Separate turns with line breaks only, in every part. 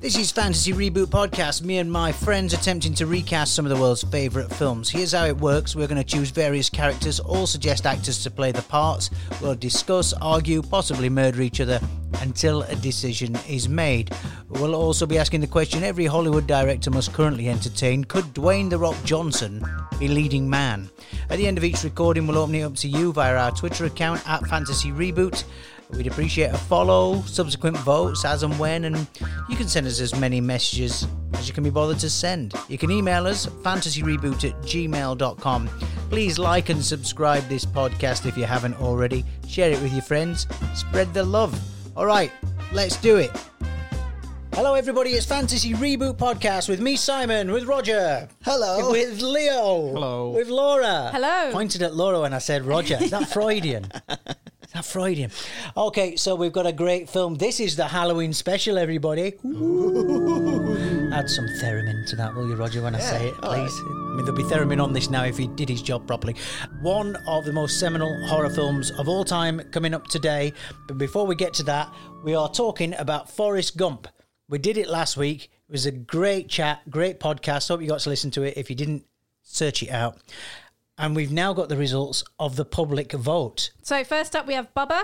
This is Fantasy Reboot Podcast. Me and my friends attempting to recast some of the world's favourite films. Here's how it works we're going to choose various characters, all suggest actors to play the parts. We'll discuss, argue, possibly murder each other until a decision is made. We'll also be asking the question every Hollywood director must currently entertain could Dwayne The Rock Johnson be leading man? At the end of each recording, we'll open it up to you via our Twitter account at Fantasy Reboot. We'd appreciate a follow, subsequent votes as and when, and you can send us as many messages as you can be bothered to send. You can email us fantasyreboot at gmail.com. Please like and subscribe this podcast if you haven't already. Share it with your friends. Spread the love. All right, let's do it. Hello, everybody. It's Fantasy Reboot Podcast with me, Simon, with Roger. Hello. With Leo.
Hello.
With Laura.
Hello.
Pointed at Laura when I said Roger. Is that Freudian? Is that Freudian? Okay, so we've got a great film. This is the Halloween special, everybody. Ooh. Add some theremin to that, will you, Roger, when I say it, please? I mean, there'll be theremin on this now if he did his job properly. One of the most seminal horror films of all time coming up today. But before we get to that, we are talking about Forrest Gump. We did it last week. It was a great chat, great podcast. Hope you got to listen to it. If you didn't, search it out. And we've now got the results of the public vote.
So first up, we have Bubba.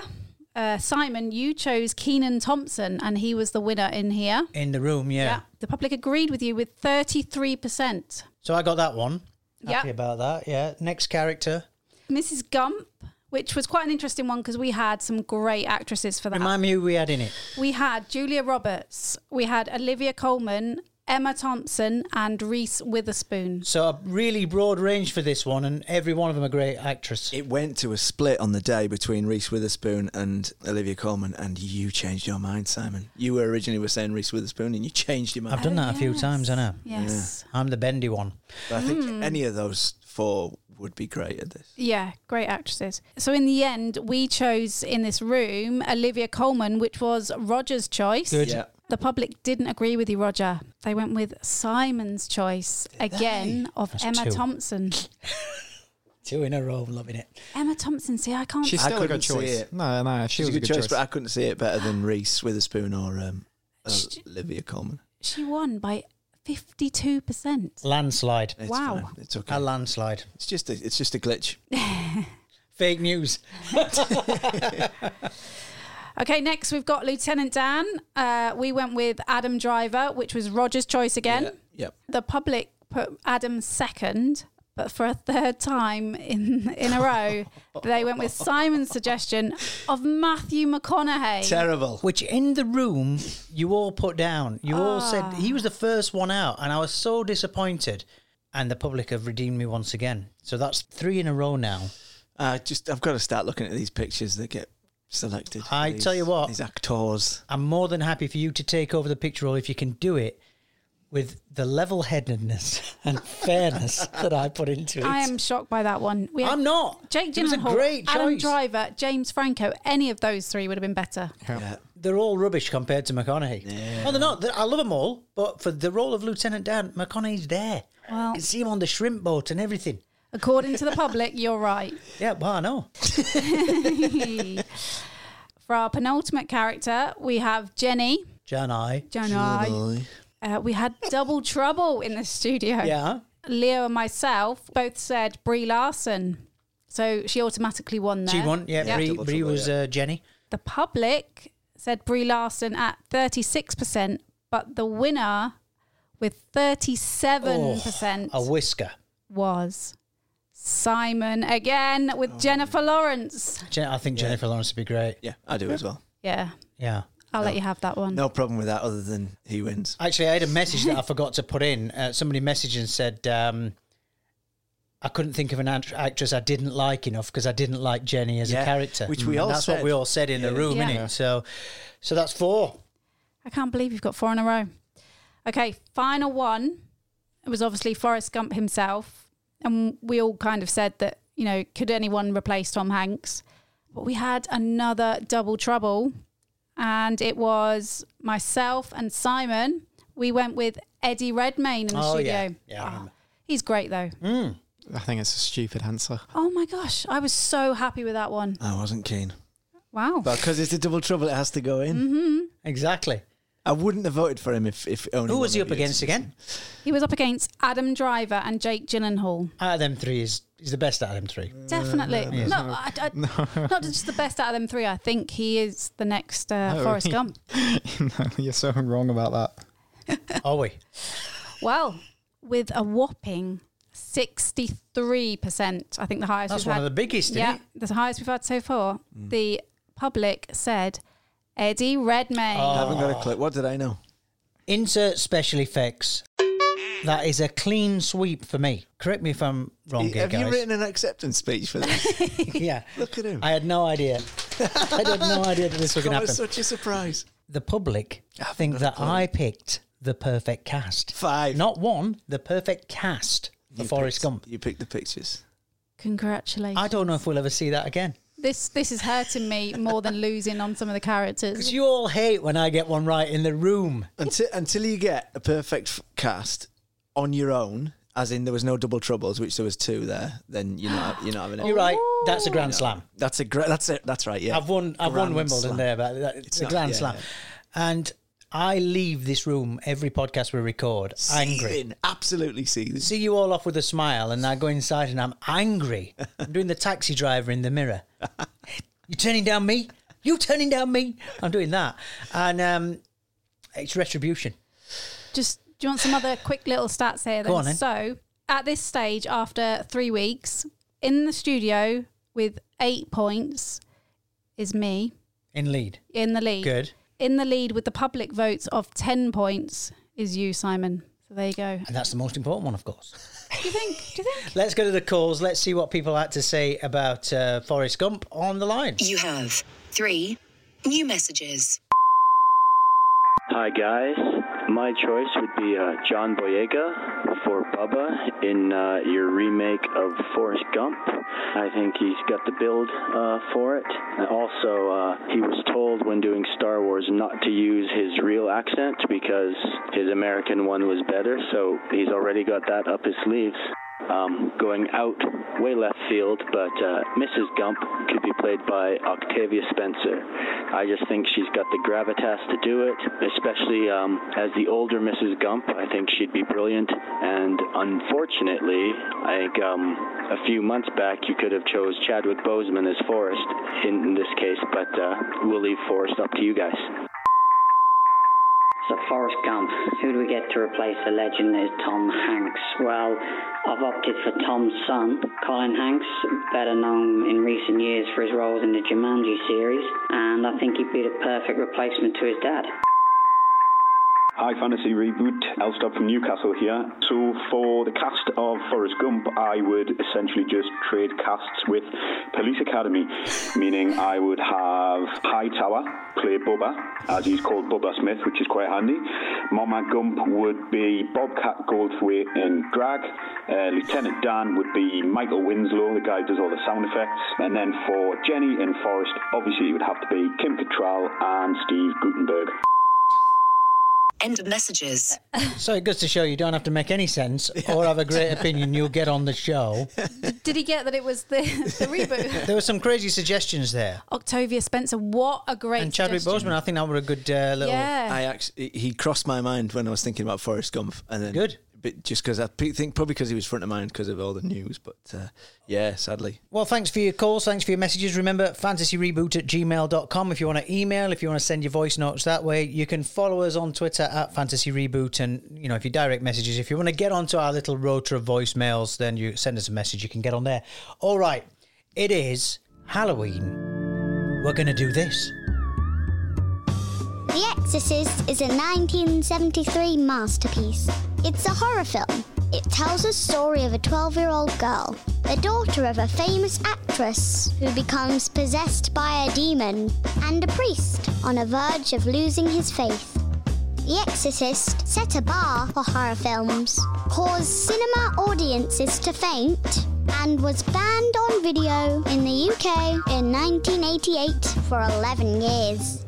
Uh, Simon, you chose Keenan Thompson, and he was the winner in here. Uh,
in the room, yeah.
The public agreed with you with thirty-three percent.
So I got that one. Happy
Yeah.
about that, yeah. Next character.
Mrs. Gump, which was quite an interesting one because we had some great actresses for that.
Remind me who we had in it.
we had Julia Roberts, we had Olivia Colman, Emma Thompson, and Reese Witherspoon.
So a really broad range for this one, and every one of them a great actress.
It went to a split on the day between Reese Witherspoon and Olivia Colman, and you changed your mind, Simon. You were originally were saying Reese Witherspoon, and you changed your
I've
mind.
done that a few
Oh, yes.
times, I know.
Yes.
I'm the bendy one.
But I think any of those four would be great at this.
Yeah, great actresses. So in the end, we chose in this room Olivia Colman, which was Roger's choice.
Good.
Yeah.
The public didn't agree with you, Roger. They went with Simon's choice again of
That's
Emma
two.
Thompson.
Two in a row, loving it.
Emma Thompson, see, I can't.
She's
I
still a
couldn't
good
see
choice.
it.
No, no, she
She's
was
a good, choice, but I couldn't see it better than Reese Witherspoon or um,
Sh-
Olivia Colman.
She won by 52%.
Landslide.
It's
Wow.
fine. It's okay.
A landslide.
It's just a, it's just a glitch.
Fake news.
Okay, next we've got Lieutenant Dan. Uh, we went with Adam Driver, which was Roger's choice again.
Yep.
The public put Adam second, but for a third time in, in a row, they went with Simon's suggestion of Matthew McConaughey.
Terrible.
Which in the room you all put down. You all
Ah.
said he was the first one out, and I was so disappointed. And the public have redeemed me once again. So that's three in a row now.
I just I've got to start looking at these pictures that get selected.
I
These-
tell you what.
these actors.
I'm more than happy for you to take over the picture role if you can do it with the level headedness and fairness that I put into it.
I am shocked by that one. We had
I'm not.
Jake
It was a
Gyllenhaal,
great
Adam
choice.
Driver, James Franco. Any of those three would have been better.
Yeah.
They're all rubbish compared to McConaughey. No, they're not. They're- I love them all, but for the role of Lieutenant Dan, McConaughey's there.
Well-
you can see him on the shrimp boat and everything.
According to the public, you're right.
Yeah, well, I know.
For our penultimate character, we have Jenny.
Jan, I.
Jenny.
Lovely.
Uh, we had double trouble in the studio.
Yeah.
Leo and myself both said Brie Larson. So she automatically won there.
She won. Yeah,
Yeah.
Bree,
Double
Bree
trouble,
was
yeah.
uh, Jenny.
The public said Brie Larson at 36%, but the winner with 37%
Oh, A whisker.
was Simon again with
Oh.
Jennifer Lawrence.
Jen- I think Jennifer Lawrence would be great.
Yeah, I do as well.
Yeah,
Yeah.
I'll let you have that one.
No problem with that, other than he wins.
Actually, I had a message that I forgot to put in. Uh, somebody messaged and said, um, I couldn't think of an act- actress I didn't like enough because I didn't like Jenny as a
Yeah,
character.
which we
And
all
Mm, That's what
said.
we all said in the
Yeah.
room,
Yeah.
innit? So, so that's four.
I can't believe you've got four in a row. Okay, final one. It was obviously Forrest Gump himself. And we all kind of said that, you know, could anyone replace Tom Hanks? But we had another double trouble. And it was myself and Simon. We went with Eddie Redmayne in the
Oh,
studio.
yeah. Yeah, I
Ah,
remember. Hmm?
he's great, though.
I think it's a stupid answer.
Oh, my gosh. I was so happy with that one.
I wasn't keen,
Wow.
Mm-hmm.
but because it's a double trouble, it has to go in.
Exactly.
I wouldn't have voted for him if if only.
Who
one
was he
of
up
you-
against again?
He was up against Adam Driver and Jake Gyllenhaal.
Out of them three, is he's the best out of them three.
Definitely. no,
no, no.
I, I- not just the best out of them three. I think he is the next uh,
Oh.
Forrest Gump.
no, you're so wrong about that.
Are we?
Well, with a whopping 63%, I think the highest
That's
we've
one
had.
of the biggest, isn't
yeah,
it? Mm.
the highest we've had so far. The public said Eddie Redmayne.
I
Oh.
haven't got a clue. What did I know?
Insert special effects. That is a clean sweep for me. Correct me if I'm wrong here,
have
guys.
you written an acceptance speech for this?
yeah.
Look at him.
I had no idea. I had no idea that this was going to happen.
God, it's such a surprise.
the public
Ah,
think that I picked the perfect cast.
Five.
Not one, the perfect cast for
You
Forrest
picked-
Gump.
You picked the pictures.
Congratulations.
I don't know if we'll ever see that again.
This this is hurting me more than losing on some of the characters.
Because you all hate when I get one right in the room.
Until until you get a perfect f- cast on your own, as in there was no double troubles, which there was two there, then you're not you're not having it.
You're right. That's a grand slam.
That's a great. That's it. That's right. Oh, Yeah.
I've won. I've won
Grand
Wimbledon
slam.
there, but that, it's,
It's
a
not-
grand
yeah,
slam.
yeah.
And I leave this room every podcast we record angry.
Seething, Absolutely seething.
See you all off with a smile, and I go inside and I'm angry. I'm doing the taxi driver in the mirror. you turning down me? You turning down me? I'm doing that, and um, it's retribution.
Just do you want some other quick little stats here? Then?
Go on then.
So at this stage, after three weeks in the studio with eight points, is me
In lead.
in the lead.
Good.
In the lead with the public votes of ten points is you, Simon. So there you go.
And that's the most important one, of course.
Do you think? Do you think?
Let's go to the calls. Let's see what people had to say about uh, Forrest Gump on the line.
You have three new messages.
Hi guys, my choice would be uh, John Boyega for Bubba in uh, your remake of Forrest Gump. I think he's got the build uh, for it. And also, uh, he was told when doing Star Wars not to use his real accent because his American one was better, so he's already got that up his sleeves. Um, going out way left field, but uh, Mrs. Gump could be played by Octavia Spencer. I just think she's got the gravitas to do it, especially um, as the older Mrs. Gump. I think she'd be brilliant. And unfortunately, I think um, a few months back you could have chose Chadwick Boseman as Forrest in, in this case, but uh, we'll leave Forrest up to you guys.
So Forrest Gump, who do we get to replace the legend is Tom Hanks? Well, I've opted for Tom's son, Colin Hanks, better known in recent years for his roles in the Jumanji series, and I think he'd be the perfect replacement to his dad.
High Fantasy Reboot, Elstad from Newcastle here. So for the cast of Forrest Gump, I would essentially just trade casts with Police Academy, meaning I would have Hightower play Bubba, as he's called Bubba Smith, which is quite handy. Mama Gump would be Bobcat Goldthwait in drag. Uh, Lieutenant Dan would be Michael Winslow, the guy who does all the sound effects. And then for Jenny and Forrest, obviously it would have to be Kim Cattrall and Steve Gutenberg.
End of messages.
So it goes to show you don't have to make any sense or have a great opinion. You'll get on the show.
Did he get that it was the, the reboot?
There were some crazy suggestions there.
Octavia Spencer, what a great
and Chadwick
suggestion.
Boseman, I think that were a good uh, little.
Yeah.
I actually he crossed my mind when I was thinking about Forrest Gump, and then
Good.
But just because I pe- think probably because he was front of mind because of all the news, but uh, yeah, sadly,
Well, thanks for your calls. Thanks for your messages. Remember, fantasyreboot at gmail.com if you want to email, if you want to send your voice notes that way. You can follow us on Twitter at Fantasy Reboot. And, you know, if you direct messages, if you want to get onto our little rotor of voicemails, then you send us a message. You can get on there. All right. It is Halloween. We're going to do this.
The Exorcist is a 1973 masterpiece. It's a horror film. It tells the story of a 12 year old girl, the daughter of a famous actress who becomes possessed by a demon, and a priest on a verge of losing his faith. The Exorcist set a bar for horror films, caused cinema audiences to faint, and was banned on video in the UK in 1988 for 11 years.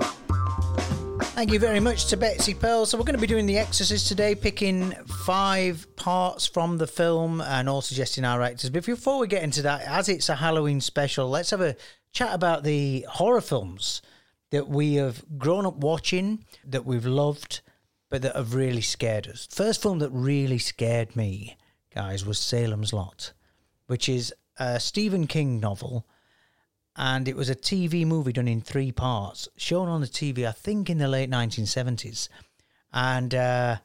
Thank you very much to Betsy Pearl. So, we're going to be doing The Exorcist today, picking five parts from the film and all suggesting our actors. But before we get into that, as it's a Halloween special, let's have a chat about the horror films that we have grown up watching, that we've loved, but that have really scared us. First film that really scared me, guys, was Salem's Lot, which is a Stephen King novel. And it was a TV movie done in three parts, shown on the TV, I think, in the late 1970s. And uh,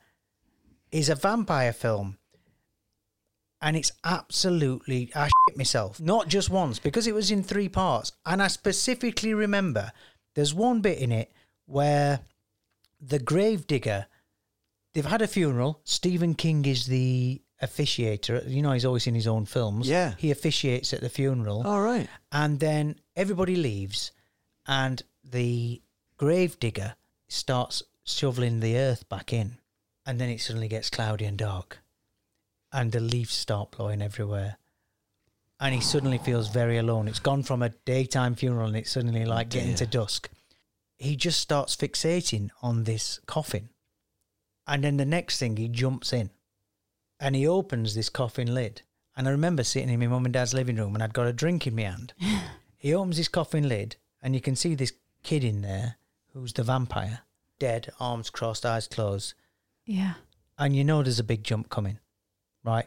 is a vampire film and it's absolutely I shit myself. Not just once because it was in three parts, and I specifically remember there's one bit in it where the gravedigger they've had a funeral. Stephen King is the officiator. You know, he's always in his own films.
Yeah. Oh,
he officiates at the funeral,
All right.
and then everybody leaves, and the gravedigger starts shoveling the earth back in, and then it suddenly gets cloudy and dark and the leaves start blowing everywhere. And he suddenly feels very alone. It's gone from a daytime funeral and it's suddenly like getting to dusk. He just starts fixating on this coffin. And then the next thing he jumps in and he opens this coffin lid. And I remember sitting in my mum and dad's living room and I'd got a drink in my hand. he opens his coffin lid and you can see this kid in there who's the vampire, dead, arms crossed, eyes closed.
Yeah.
And you know there's a big jump coming right?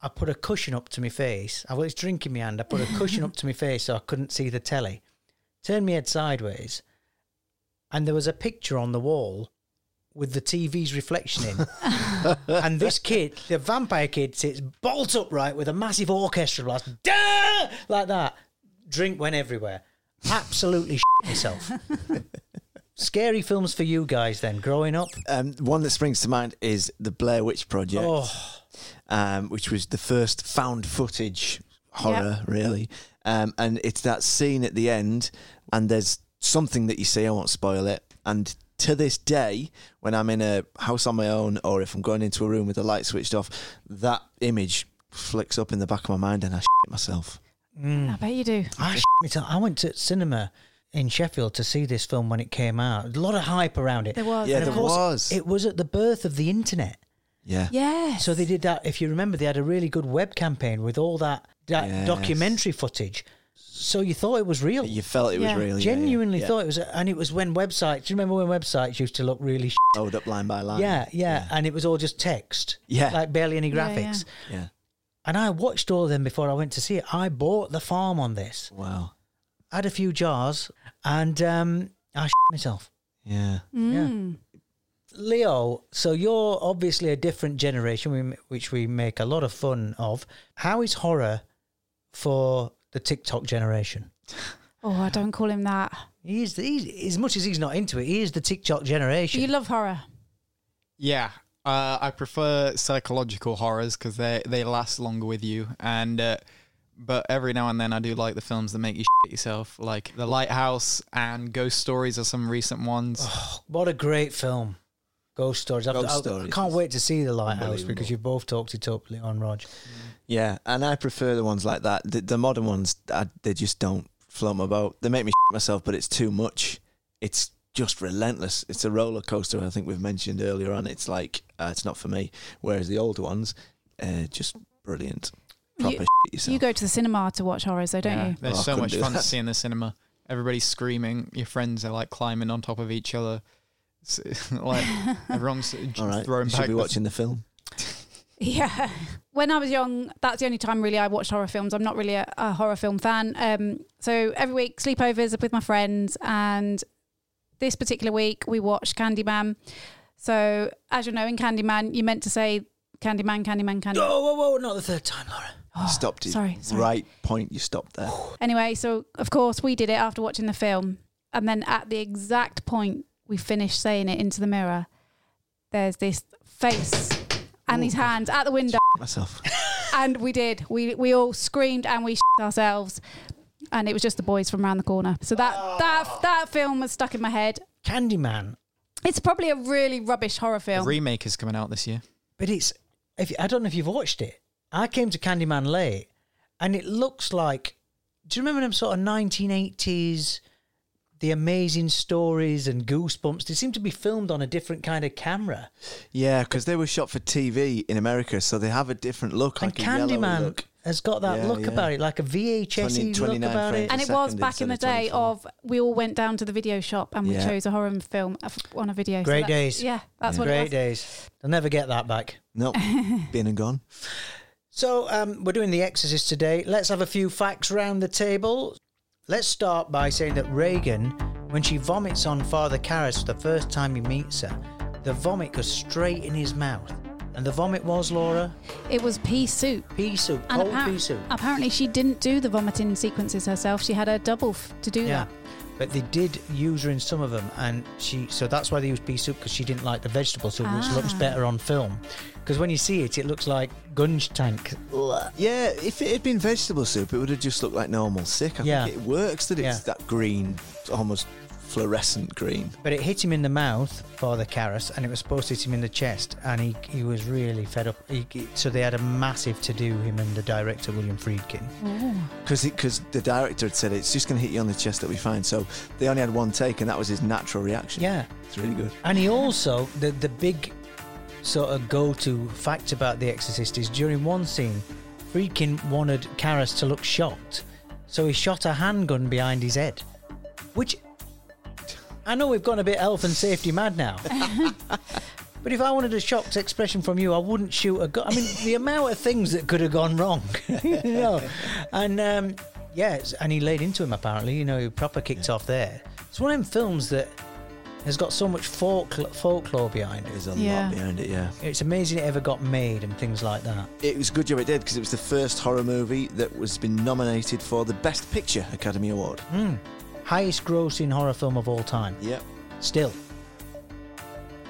I put a cushion up to my face. I was drinking my hand. I put a cushion up to my face so I couldn't see the telly. Turned my head sideways, and there was a picture on the wall with the TV's reflection in. and this kid, the vampire kid, sits bolt upright with a massive orchestra blast, Duh! like that. Drink went everywhere. Absolutely shit myself. Scary films for you guys then, growing up.
Um, one that springs to mind is the Blair Witch Project,
Oh,
um, which was the first found footage horror, really. Um, and it's that scene at the end, and there's something that you see. I won't spoil it. And to this day, when I'm in a house on my own, or if I'm going into a room with the light switched off, that image flicks up in the back of my mind, and I shit myself.
Hmm.
I bet you do.
I, sh- it's- I went to cinema in Sheffield to see this film when it came out. A lot of hype around it.
There was.
Yeah,
Oh, And
there
of course,
was.
It was at the birth of the internet.
Yeah.
Yeah.
So they did that. If you remember, they had a really good web campaign with all that, that
Yes.
documentary footage. So you thought it was real.
You felt it
Yeah.
was real.
Genuinely
yeah, yeah.
thought it was, and it was when websites. Do you remember when websites used to look really? Sh-
Load up line by line.
yeah, yeah, and it was all just text.
Yeah.
like barely any
Yeah,
graphics.
yeah.
Yeah.
And I watched all of them before I went to see it. I bought the farm on this.
Wow.
had a few jars, and um, I myself.
Yeah.
Mm.
Leo, so you're obviously a different generation, we- which we make a lot of fun of. How is horror for the TikTok generation?
Oh, I don't call him that.
He is, he's, as much as he's not into it, he is the TikTok generation.
You love horror.
Yeah. Uh, I prefer psychological horrors because they they last longer with you. And uh, but every now and then I do like the films that make you shit yourself, like The Lighthouse and Ghost Stories are some recent ones.
what a great film. Ghost Stories. I've-
Ghost
I've- I
Stories
can't
is
wait to see The Lighthouse
unbelievable.
because you both talked it up, Leo and Rog.
Yeah, and I prefer the ones like that. The, the modern ones, I, they just don't float my boat. They make me shit myself, but it's too much. It's just relentless. It's a roller coaster. I think we've mentioned earlier on. It's like uh, it's not for me. Whereas the older ones, uh, just brilliant. Proper
You-
shit yourself.
You go to the cinema to watch horrors, though, don't
Yeah,
you?
They're
Oh, I
so
couldn't
much
do
fun
that.
to see in the cinema. Everybody's screaming. Your friends are like climbing on top of each other. It's, like everyone's just
All right,
throwing
you
back.
should be
the-
watching the film.
Yeah. When I was young, that's the only time really I watched horror films. I'm not really a, a horror film fan. Um, so every week, sleepovers are with my friends. And this particular week, we watched Candyman. So, as you know, in Candyman, you meant to say Candyman, Candyman, Candyman.
Oh, whoa, whoa, not the third time, Laura.
stopped it.
sorry, sorry.
Right point. You stopped there.
Anyway, so of course we did it after watching the film, and then at the exact point we finished saying it into the mirror, there's this face and these hands at the window,
Myself.
and we did. We we all screamed and we shit ourselves, and it was just the boys from around the corner. So that
Oh.
that that film was stuck in my head.
Candyman.
It's probably a really rubbish horror
The
film.
remake is coming out this year.
But it's if I don't know if you've watched it. I came to Candyman late, and it looks like. Do you remember them sort of nineteen eighties the amazing stories and goosebumps, they seem to be filmed on a different kind of camera.
Yeah, because they were shot for TV in America, so they have a different look,
And
like a yellowy
Candyman
look.
has got that
Yeah,
look
yeah.
about it, like a VHS
20
E look
29
about it.
frames.
And
And it was
second
back in the
instead of
day
24.
of we all went down to the video shop and we
Yeah.
chose a horror film of- on a video.
Great
that-
days.
Yeah, that's what it
Great
was.
days. They'll never get that back.
Nope, been and gone.
So um, we're doing The Exorcist today. Let's have a few facts round the table. Let's start by saying that Reagan, when she vomits on Father Karras for the first time he meets her, the vomit goes straight in his mouth. And the vomit was, Laura,
It was pea soup.
pea soup,
And
cold
appar-
pea soup.
apparently, she didn't do the vomiting sequences herself. She had her double f- to do
Yeah.
that.
But they did use her in some of them, and she so that's why they used pea soup because she didn't like the vegetable soup, which looks
Ah.
better on film. Because when you see it, it looks like gunge tank.
Yeah, if it had been vegetable soup, it would have just looked like normal sick. I
Yeah.
think it works that it's
Yeah.
that green, almost fluorescent green.
But it hit him in the mouth, Father Karras, and it was supposed to hit him in the chest, and he, he was really fed up. He, he- so they had a massive to do, him and the director, William Friedkin.
Because because the director had said it's just going to hit you on the chest that we find. So they only had one take, and that was his natural reaction.
Yeah.
it's really good.
And he also, the, the big sort of go to fact about The Exorcist is during one scene, Friedkin wanted Karras to look shocked, so he shot a handgun behind his head, which I know we've gone a bit health and safety mad now. But if I wanted a shocked expression from you, I wouldn't shoot a gun. I mean, the amount of things that could have gone wrong, you know. And um, yeah, it's- and he laid into him apparently. You know, he proper kicked off there. It's one of them films that has got so much folk- folklore behind it.
There's a
Yeah.
lot behind it. Yeah,
It's amazing it ever got made and things like that.
it was a good job it did because it was the first horror movie that was been nominated for the Best Picture Academy Award.
Hmm. Highest grossing horror film of all time.
Yep.
Still,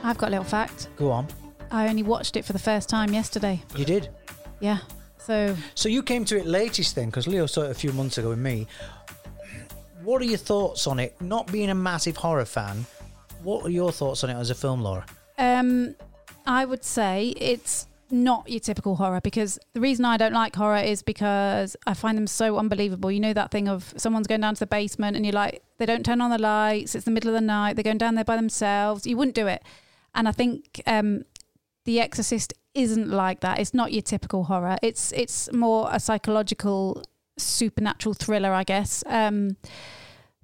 I've got a little fact.
go on.
I only watched it for the first time yesterday.
You did.
Yeah. So
So you came to it latest then, because Leo saw it a few months ago with me. What are your thoughts on it? Not being a massive horror fan, what are your thoughts on it as a film, Laura?
Um, I would say it's not your typical horror because the reason I don't like horror is because I find them so unbelievable. You know that thing of someone's going down to the basement and you're like, they don't turn on the lights. It's the middle of the night. They're going down there by themselves. You wouldn't do it. And I think um, The Exorcist isn't like that. It's not your typical horror. It's it's more a psychological supernatural thriller, I guess. Um,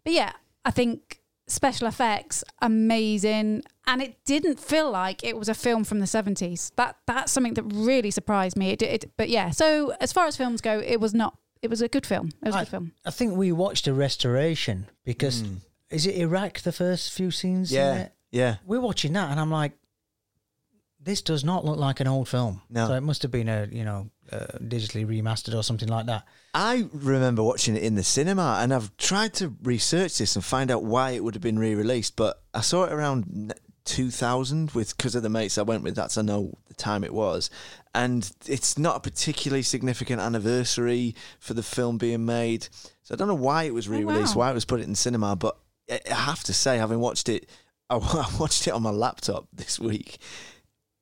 but yeah, I think special effects amazing and it didn't feel like it was a film from the 70s that that's something that really surprised me it, did- it but yeah so as far as films go it was not it was a good film it was a
I,
good film
I think we watched a restoration because is it Iraq the first few scenes? in
Hmm. Yeah,
it?
yeah.
We're watching that and I'm like, this does not look like an old film.
No.
So it must have been a you know uh, digitally remastered or something like that.
I remember watching it in the cinema, and I've tried to research this and find out why it would have been re-released. But I saw it around n- 2000 with because of the mates I went with. That's I know the time it was, and it's not a particularly significant anniversary for the film being made. So I don't know why it was re-released, why it was put it in cinema. But I I have to say, having watched it, I I watched it on my laptop this week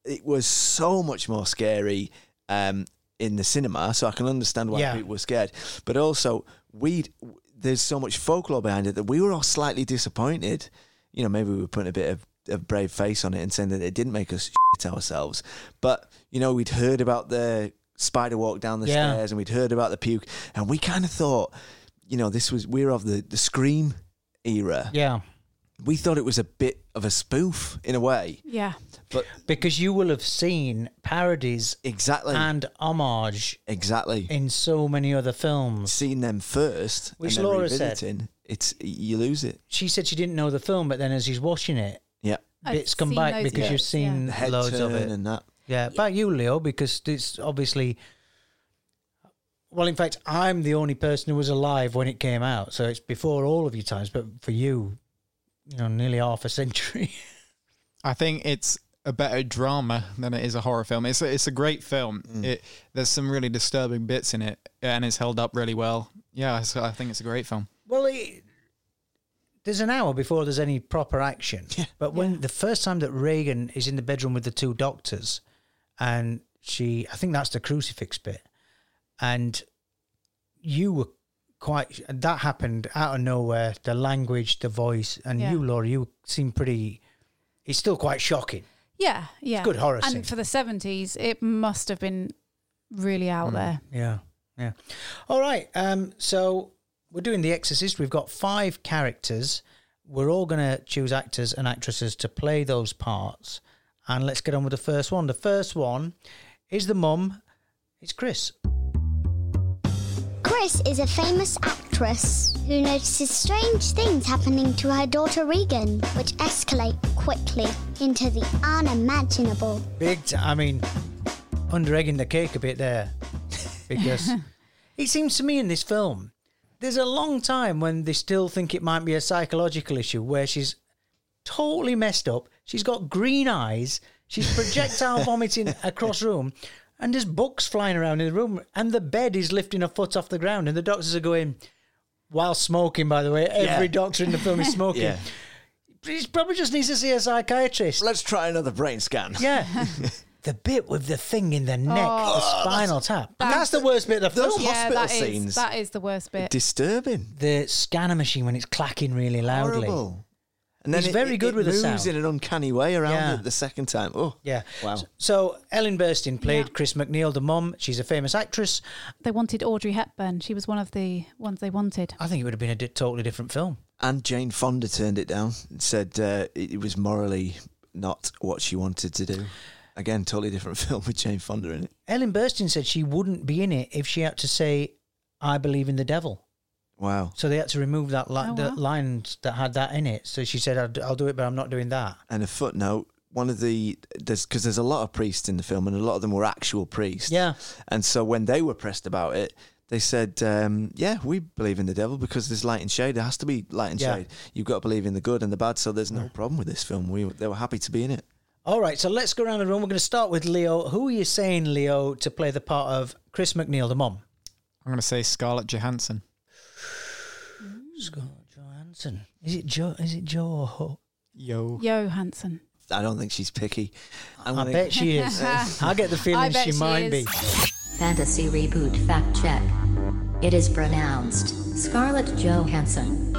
it was so much more scary um, in the cinema, so I can understand why
Yeah.
people were scared. But also, we there's so much folklore behind it that we were all slightly disappointed. You know, maybe we were putting a bit of a brave face on it and saying that it didn't make us shit ourselves. But you know, we'd heard about the spider walk down the
Yeah.
stairs, and we'd heard about the puke, and we kind of thought, you know, this was we're of the the scream era.
Yeah.
We thought it was a bit of a spoof in a way,
yeah
but
Because you will have seen parodies
exactly,
and homage
exactly.
in so many other films.
seen them first,
Which
and then
Laura said.
revisiting, it's you lose it.
She said she didn't know the film, but then as she's watching it,
Yeah,
I've
bits come
seen
back
those
because
bits,
you've seen
the head
loads
turn
of it.
and that.
yeah, about you, Leo, because it's obviously. Well, in fact, I'm the only person who was alive when it came out, so it's before all of your times. But for you, you know, nearly half a century.
I think it's a better drama than it is a horror film. It's a, it's a great film.
Mm.
It, there's some really disturbing bits in it, and it's held up really well. Yeah, so I think it's a great film.
well, it, there's an hour before there's any proper action. But when the first time that Reagan is in the bedroom with the two doctors, and she, I think that's the crucifix bit, and you were quite that happened out of nowhere. The language, the voice, and
Yeah.
you, Laura, you seem pretty. It's still quite shocking.
Yeah, yeah.
good horror
And
scene.
for the seventies, it must have been really
Mm.
out there.
Yeah, yeah. All right. Um, so we're doing The Exorcist. We've got five characters. We're all going to choose actors and actresses to play those parts. And let's get on with the first one. The first one is the mum. It's Chris.
Chris is a famous actress who notices strange things happening to her daughter Regan, which escalate quickly into the unimaginable.
Big. T- I mean, under egging the cake a bit there, because it seems to me in this film, there's a long time when they still think it might be a psychological issue where she's totally messed up. She's got green eyes. She's projectile vomiting across room, and there's books flying around in the room, and the bed is lifting a foot off the ground, and the doctors are going. While smoking, by the way, every doctor in the film is smoking.
Yeah.
He probably just needs to see a psychiatrist.
Let's try another brain scan.
Yeah. the bit with the thing in the neck, the
Oh,
spinal tap. That's,
that's-
the worst bit of the
Those
film.
yeah,
hospital
that is
scenes.
that is the worst bit.
Disturbing.
The scanner machine when it's clacking really loudly.
Horrible. And
He's very good with the
moves
sound.
in an uncanny way around
Yeah.
it the second time. Oh,
Yeah.
Wow.
So, so Ellen Burstyn played
Yeah.
Chris McNeil, the mum. She's a famous actress.
They wanted Audrey Hepburn. She was one of the ones they wanted.
I think it would have been a di- totally different film.
And Jane Fonda turned it down and said uh, it it was morally not what she wanted to do. Again, totally different film with Jane Fonda in it.
Ellen Burstyn said she wouldn't be in it if she had to say, I believe in the devil.
Wow.
So they had to remove that, li-
Oh,
that
wow.
line that had that in it. So she said, I'll, d- I'll do it, but I'm not doing that.
And a footnote. One of the there's because there's a lot of priests in the film, and a lot of them were actual priests.
Yeah.
And so when they were pressed about it, they said, um, "Yeah, we believe in the devil because there's light and shade. There has to be light and
Yeah.
shade. You've got to believe in the good and the bad. So there's no problem with this film. We they were happy to be in it.
All right, so let's go around the room. We're going to start with Leo. Who are you saying, Leo, to play the part of Chris McNeil, the mom?
I'm gonna say Scarlett Johansson.
Scott Johansson. Is it Joe? Is it Joe?
Oh.
Yo.
Johansson.
I don't think she's picky. I'm
I
gonna-
bet she is. I get the
I
feeling
bet
she
she
might
is.
be.
Fantasy Reboot Fact Check. It is pronounced Scarlett Johansson.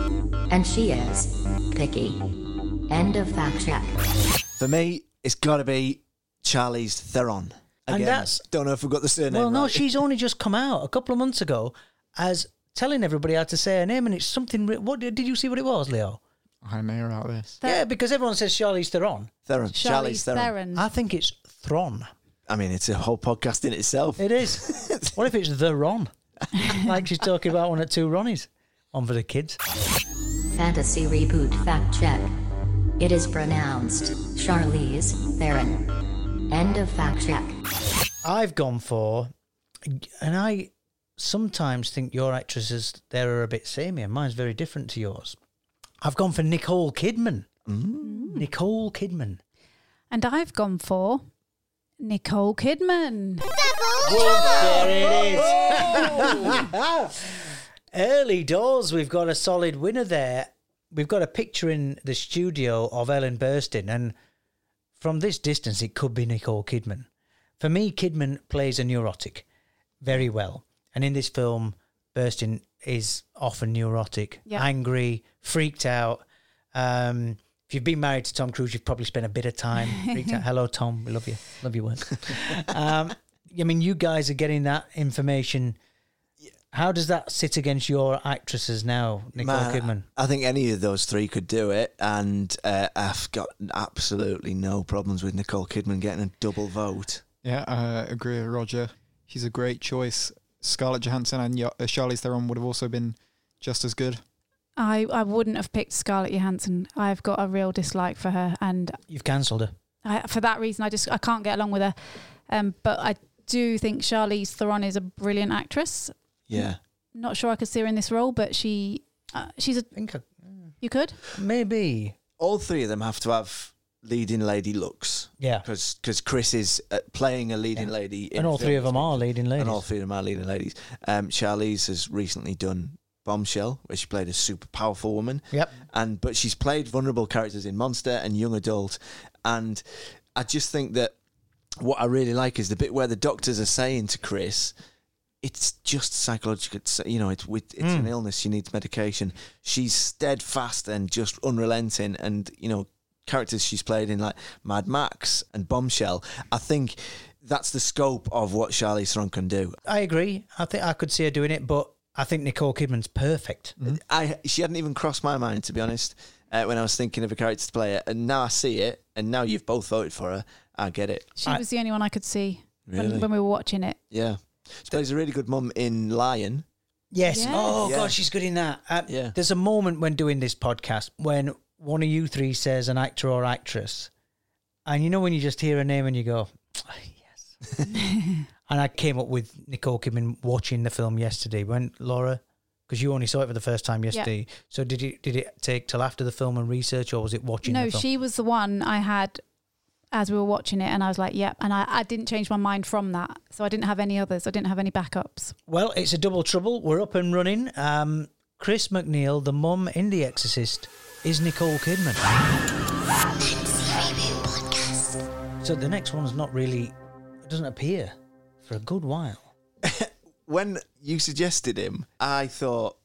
And she is picky. End of fact check.
For me, it's got to be Charlie's Theron.
And
Again,
that's-
don't know if we've got the surname.
Well, no,
right.
she's only just come out a couple of months ago as telling everybody how to say her name, and it's something. re- What did did you see? What it was, Leo?
I know about this.
yeah, because everyone says Charlize Theron.
Theron. Charlie's
Charlize
Theron. Ah.
Theron.
I think it's Thron.
I mean, it's a whole podcast in itself.
It is. what if it's the Ron? like she's talking about one at two Ronnies, one for the kids.
Fantasy Reboot Fact Check. It is pronounced Charlize Theron. End of fact check.
I've gone for, and I sometimes think your actresses there are a bit samey, and mine's very different to yours. I've gone for Nicole Kidman. Nicole Kidman.
And I've gone for Nicole Kidman.
Devil
Early doors, we've got a solid winner there. We've got a picture in the studio of Ellen Burstyn, and from this distance, it could be Nicole Kidman. For me, Kidman plays a neurotic very well. And in this film, Burstyn is often neurotic,
Yeah.
angry, freaked out. Um, if you've been married to Tom Cruise, you've probably spent a bit of time freaked out. Hello, Tom. We love you. Love your work. um, I mean, you guys are getting that information. How does that sit against your actresses now, Nicole
Man,
Kidman?
I think any of those three could do it, and uh, I've got absolutely no problems with Nicole Kidman getting a double vote.
Yeah, I agree with Roger. She's a great choice. Scarlett Johansson and Yo- uh, Charlize Theron would have also been just as good.
I, I wouldn't have picked Scarlett Johansson. I've got a real dislike for her, and
You've cancelled her.
I, for that reason, I just I can't get along with her. Um, but I do think Charlize Theron is a brilliant actress.
Yeah,
Not sure I could see her in this role, but she uh, she's a
I think I-
you could
maybe.
all three of them have to have leading lady looks
Yeah.
because Chris is uh, playing a leading
Yeah.
lady, in
And all three of
films.
them are leading ladies.
and all three of them are leading ladies. Um, Charlize has recently done Bombshell, where she played a super powerful woman.
Yep.
And but she's played vulnerable characters in Monster and Young Adult, and I just think that what I really like is the bit where the doctors are saying to Chris, it's just psychological. It's, you know, it's with it's an illness. She needs medication. She's steadfast and just unrelenting. And you know, characters she's played in like Mad Max and Bombshell. I think that's the scope of what Charlize Theron can do.
I agree. I think I could see her doing it, but I think Nicole Kidman's perfect.
Mm-hmm.
I she hadn't even crossed my mind to be honest uh, when I was thinking of a character to play it, and now I see it, and now you've both voted for her. I get it.
She
I-
was the only one I could see
Really?
when, when we were watching it.
Yeah, she plays a really good mum in Lion.
Yes.
Yes.
Oh
Yeah.
god, she's good in that. Uh,
Yeah.
There's a moment when doing this podcast when one of you three says an actor or actress, and you know when you just hear a name and you go, "Ah, yes. and I came up with Nicole Kidman watching the film yesterday when Laura, because you only saw it for the first time yesterday. So did it did it take till after the film and research, or was it watching?
No,
the film?
she was the one I had as we were watching it, and I was like, yep. And I, I didn't change my mind from that. So I didn't have any others. I didn't have any backups.
Well, it's a double trouble. We're up and running. Um, Chris McNeil, the mum in The Exorcist, is Nicole Kidman. So the next one's not really it doesn't appear for a good while.
When you suggested him, I thought,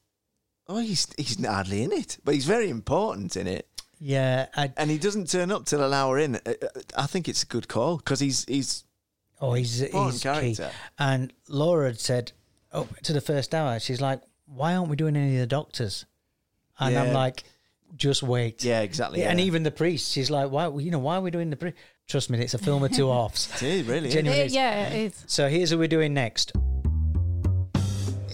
oh, he's he's hardly in it, but he's very important in it.
Yeah, I,
And he doesn't turn up till an hour in. Uh, uh, I think it's a good call because he's he's
oh, he's
Important
he's
character.
key. And Laura had said up to the first hour, she's like, "Why aren't we doing any of the doctors?" And I'm
Yeah.
like, "Just wait."
yeah exactly.
And
yeah.
even the priest, she's like, "Why? You know, why are we doing the priest?" Trust me, it's a film of two halves.
It is, really.
Genuinely.
It- yeah, it is.
So here's what we're doing next.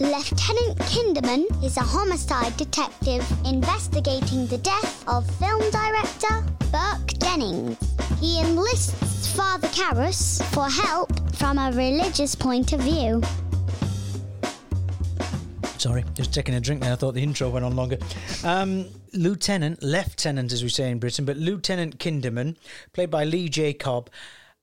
Lieutenant Kinderman is a homicide detective investigating the death of film director Burke Jennings. He enlists Father Karras for help from a religious point of view.
Sorry, just taking a drink there. I thought the intro went on longer. Um, Lieutenant, Lieutenant, as we say in Britain, but Lieutenant Kinderman, played by Lee J. Cobb,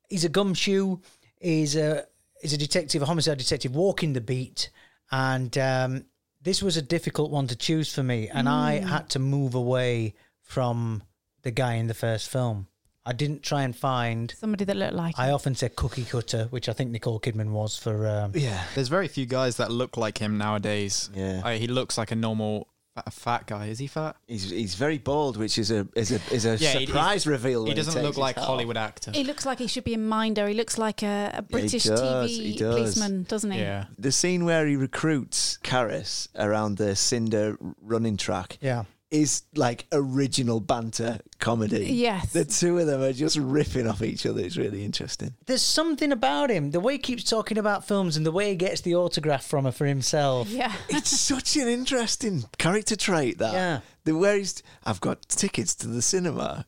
he's a gumshoe. He's a he's a detective, a homicide detective, walking the beat. And um, this was a difficult one to choose for me, and I had to move away from the guy in the first film. I didn't try and find.
Somebody that looked like.
I often say cookie cutter, which I think Nicole Kidman was for. Um,
yeah.
There's very few guys that look like him nowadays.
Yeah.
Uh, he looks like a normal fa- fat guy. Is he fat?
He's he's very bald, which is a is a is a
Yeah, he-
surprise reveal.
He
when
doesn't
takes
look
his
like
hat off.
Hollywood actor.
he looks like he should be in Minder. He looks like a, a British
does, he
TV
does.
policeman, doesn't he?
Yeah.
The scene where he recruits Karras around the cinder running track
yeah.
is like original banter comedy.
Yes.
The two of them are just ripping off each other. It's really interesting.
there's something about him. The way he keeps talking about films and the way he gets the autograph from her for himself.
Yeah.
It's such an interesting character trait that.
Yeah.
The where he's I've got tickets to the cinema.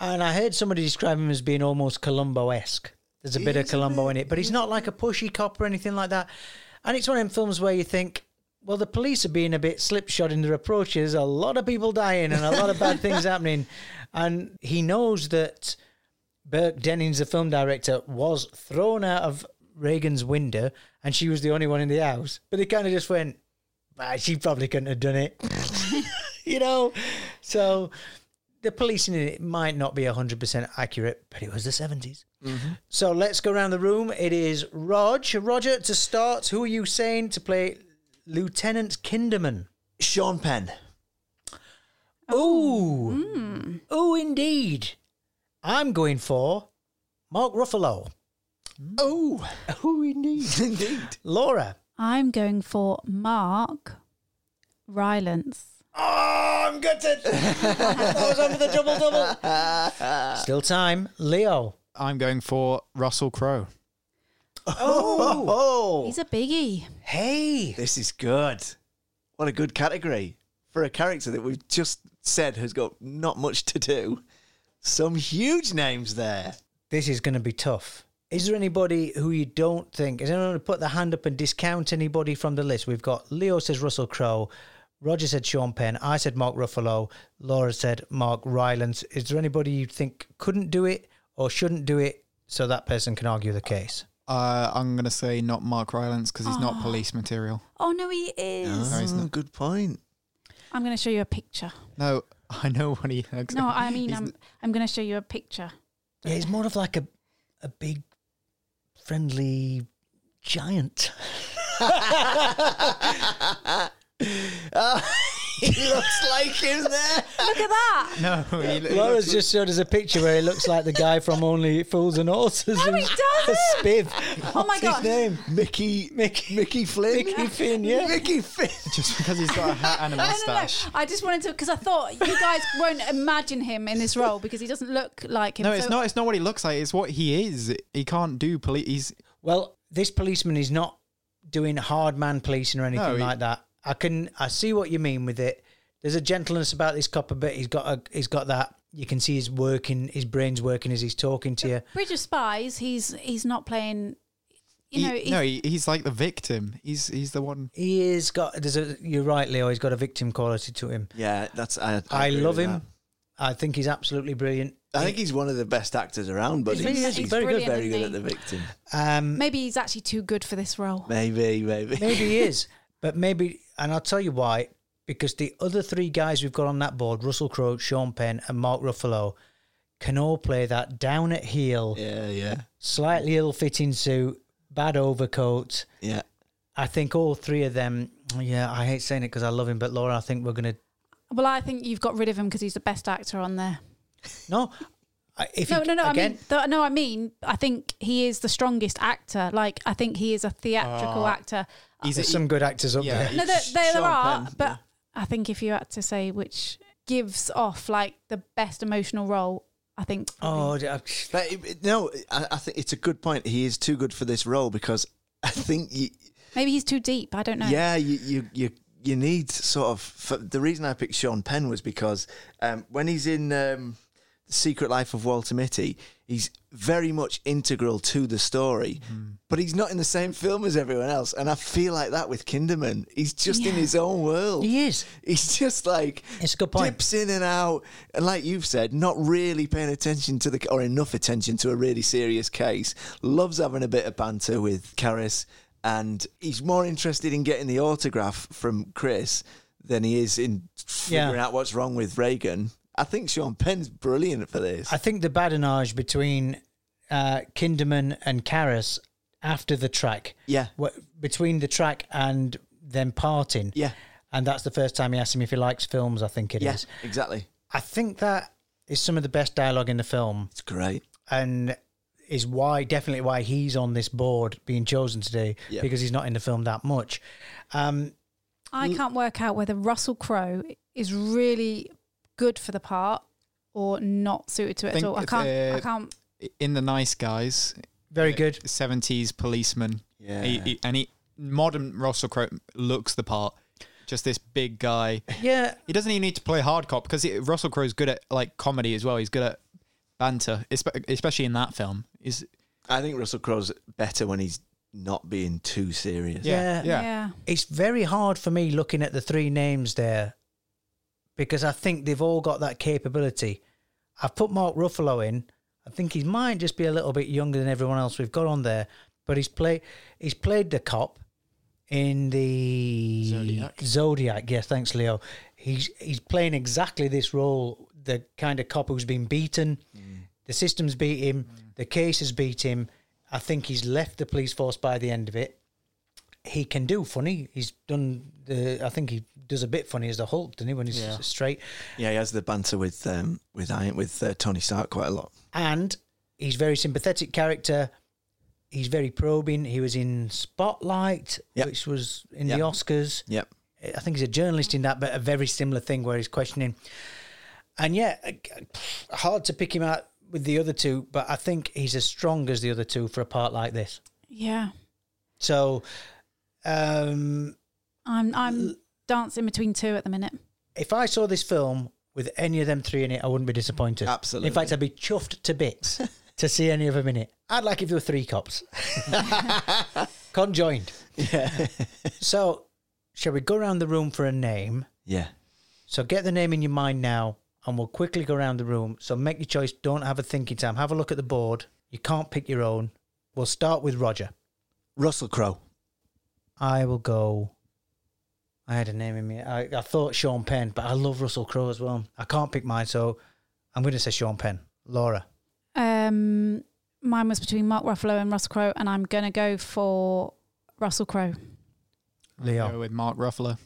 And I heard somebody describe him as being almost Columbo esque. There's a bit of Columbo in it, but he's not like a pushy cop or anything like that. And it's one of them films where you think, well, the police are being a bit slipshod in their approaches. A lot of people dying and a lot of bad things happening. And he knows that Burke Dennings, the film director, was thrown out of Reagan's window and she was the only one in the house. But he kind of just went, ah, she probably couldn't have done it. you know? So the policing in it might not be 100% accurate, but it was the 70s. So let's go around the room. It is Rog. Roger, to start, who are you saying to play Lieutenant Kinderman?
Sean Penn.
Ooh. Ooh, indeed. I'm going for Mark Ruffalo.
Oh.
Ooh, indeed.
Indeed.
Laura.
I'm going for Mark Rylance.
Oh, I'm gutted.
That was over the double double. Still time. Leo.
I'm going for Russell Crowe.
Oh.
He's a biggie.
Hey.
This is good. What a good category for a character that we've just said has got not much to do. Some huge names there.
This is going to be tough. Is there anybody who you don't think? Is anyone going to put their hand up and discount anybody from the list? We've got Leo says Russell Crowe. Roger said Sean Penn. I said Mark Ruffalo. Laura said Mark Rylance. Is there anybody you think couldn't do it or shouldn't do it so that person can argue the case?
Uh, I'm going to say not Mark Rylance because he's
Ah.
not police material.
Oh no, he is.
No, he's not.
good point.
I'm going to show you a picture.
No, I know what he looks
No,
like.
I mean, um,
He's-
I'm I'm going to show you a picture.
Yeah, he's more of like a a big friendly giant.
he looks like him there.
Look at that.
No, he, he
Laura's
looks-
just showed us a picture where he looks like the guy from Only Fools and Horses.
No, Oh, he
who's A
doesn't.
spiv.
Oh my
What's his
gosh.
name?
Mickey, Mickey, Mickey Flynn.
Mickey Finn, yeah.
Mickey Finn.
just because he's got a hat and a
No, no, no.
mustache.
I just wanted to because I thought you guys won't imagine him in this role because he doesn't look like him.
No, it's
So-
not. It's not what he looks like. It's what he is. He can't do police. He's
Well, this policeman is not doing hard man policing or anything
No, he-
like that. I can I see what you mean with it. There's a gentleness about this copper bit. He's got a he's got that. You can see his working his brain's working as he's talking to you.
Bridge of Spies. He's he's not playing. You know,
he,
he's,
no, he, he's like the victim. He's he's the one.
He is got there's a you're right, Leo, he's got a victim quality to him.
Yeah, that's. I,
I,
agree
love
with
him.
that.
I think he's absolutely brilliant.
I think he's one of the best actors around, but
He's
he's,
really-
he's,
he's
very good,
brilliant,
very
isn't
good
he?
at the victim.
Um
maybe he's actually too good for this role.
Maybe, maybe.
Maybe he is, but maybe, and I'll tell you why. Because the other three guys we've got on that board, Russell Crowe, Sean Penn, and Mark Ruffalo, can all play that down at heel,
Yeah, yeah,
slightly ill-fitting suit, bad overcoat.
yeah.
I think all three of them. Yeah, I hate saying it because I love him, but Laura, I think we're gonna
Well, I think you've got rid of him because he's the best actor on there.
no. I- If
No,
you,
no, no. I
Again,
mean, th- no, I mean, I think he is the strongest actor. Like, I think he is a theatrical actor.
He's
there's some good actors up
yeah.
there.
No, there, there
Sean
are,
Penn,
but
yeah.
I think if you had to say which gives off like the best emotional role, I think.
Oh, d- I-
But it- it- no, I, I think it's a good point. He is too good for this role because I think you,
Maybe he's too deep. I don't know.
Yeah, you you you you need sort of. For, the reason I picked Sean Penn was because um, when he's in um, The Secret Life of Walter Mitty, he's very much integral to the story, but he's not in the same film as everyone else. And I feel like that with Kinderman, he's just in his own world.
he is.
He's just like
It's a good point.
dips in and out, and like you've said, not really paying attention to the or enough attention to a really serious case. Loves having a bit of banter with Karis, and he's more interested in getting the autograph from Chris than he is in figuring
Yeah.
out what's wrong with Reagan. I think Sean Penn's brilliant for this.
I think the badinage between uh, Kinderman and Karras after the track,
Yeah.
wh- between the track and them parting,
yeah,
and that's the first time he asks him if he likes films. I think it is.
yeah, exactly.
I think that is some of the best dialogue in the film,
It's great.
and is why definitely why he's on this board being chosen today
Yeah.
because he's not in the film that much. Um,
I can't work out whether Russell Crowe is really good for the part or not suited to it
Think
at all. I
it's,
can't. I
uh,
can't.
In the nice guys,
very good.
seventies policeman.
Yeah.
He- he- and he modern Russell Crowe looks the part. Just this big guy.
Yeah,
He doesn't even need to play hard cop because he, Russell Crowe's good at like comedy as well. He's good at banter, espe- especially in that film. Is
I think Russell Crowe's better when he's not being too serious.
Yeah.
yeah,
Yeah.
yeah,
it's very hard for me looking at the three names there because I think they've all got that capability. I've put Mark Ruffalo in. I think he might just be a little bit younger than everyone else we've got on there, but he's play he's played the cop in the
Zodiac.
Zodiac. Yeah, thanks, Leo. He's he's playing exactly this role, the kind of cop who's been beaten. The system's beat him. The case has beat him. I think he's left the police force by the end of it he can do funny. He's done the. I think he does a bit funny as the Hulk, doesn't he? When he's
Yeah.
straight,
Yeah, he has the banter with um, with Iron with uh, Tony Stark quite a lot.
and he's very sympathetic character. He's very probing. He was in Spotlight,
Yep.
which was in
Yep.
the Oscars.
Yep.
I think he's a journalist in that, but a very similar thing where he's questioning. And yeah, uh, pff, hard to pick him out with the other two, but I think he's as strong as the other two for a part like this.
Yeah.
So, um,
I'm. I'm dancing between two at the minute.
if I saw this film with any of them three in it, I wouldn't be disappointed.
Absolutely.
In fact, I'd be chuffed to bits to see any of them in it. I'd like if there were three cops conjoined. Yeah. so, shall we go around the room for a name?
Yeah.
So, get the name in your mind now, and we'll quickly go around the room. So, make your choice. Don't have a thinking time. Have a look at the board. You can't pick your own. We'll start with Roger.
Russell Crowe.
I will go. I had a name in me. I, I thought Sean Penn, but I love Russell Crowe as well. I can't pick mine, so I'm going to say Sean Penn. Laura.
Um, mine was between Mark Ruffalo and Russell Crowe, and I'm gonna go for Russell Crowe.
Leo.
Go with Mark Ruffalo.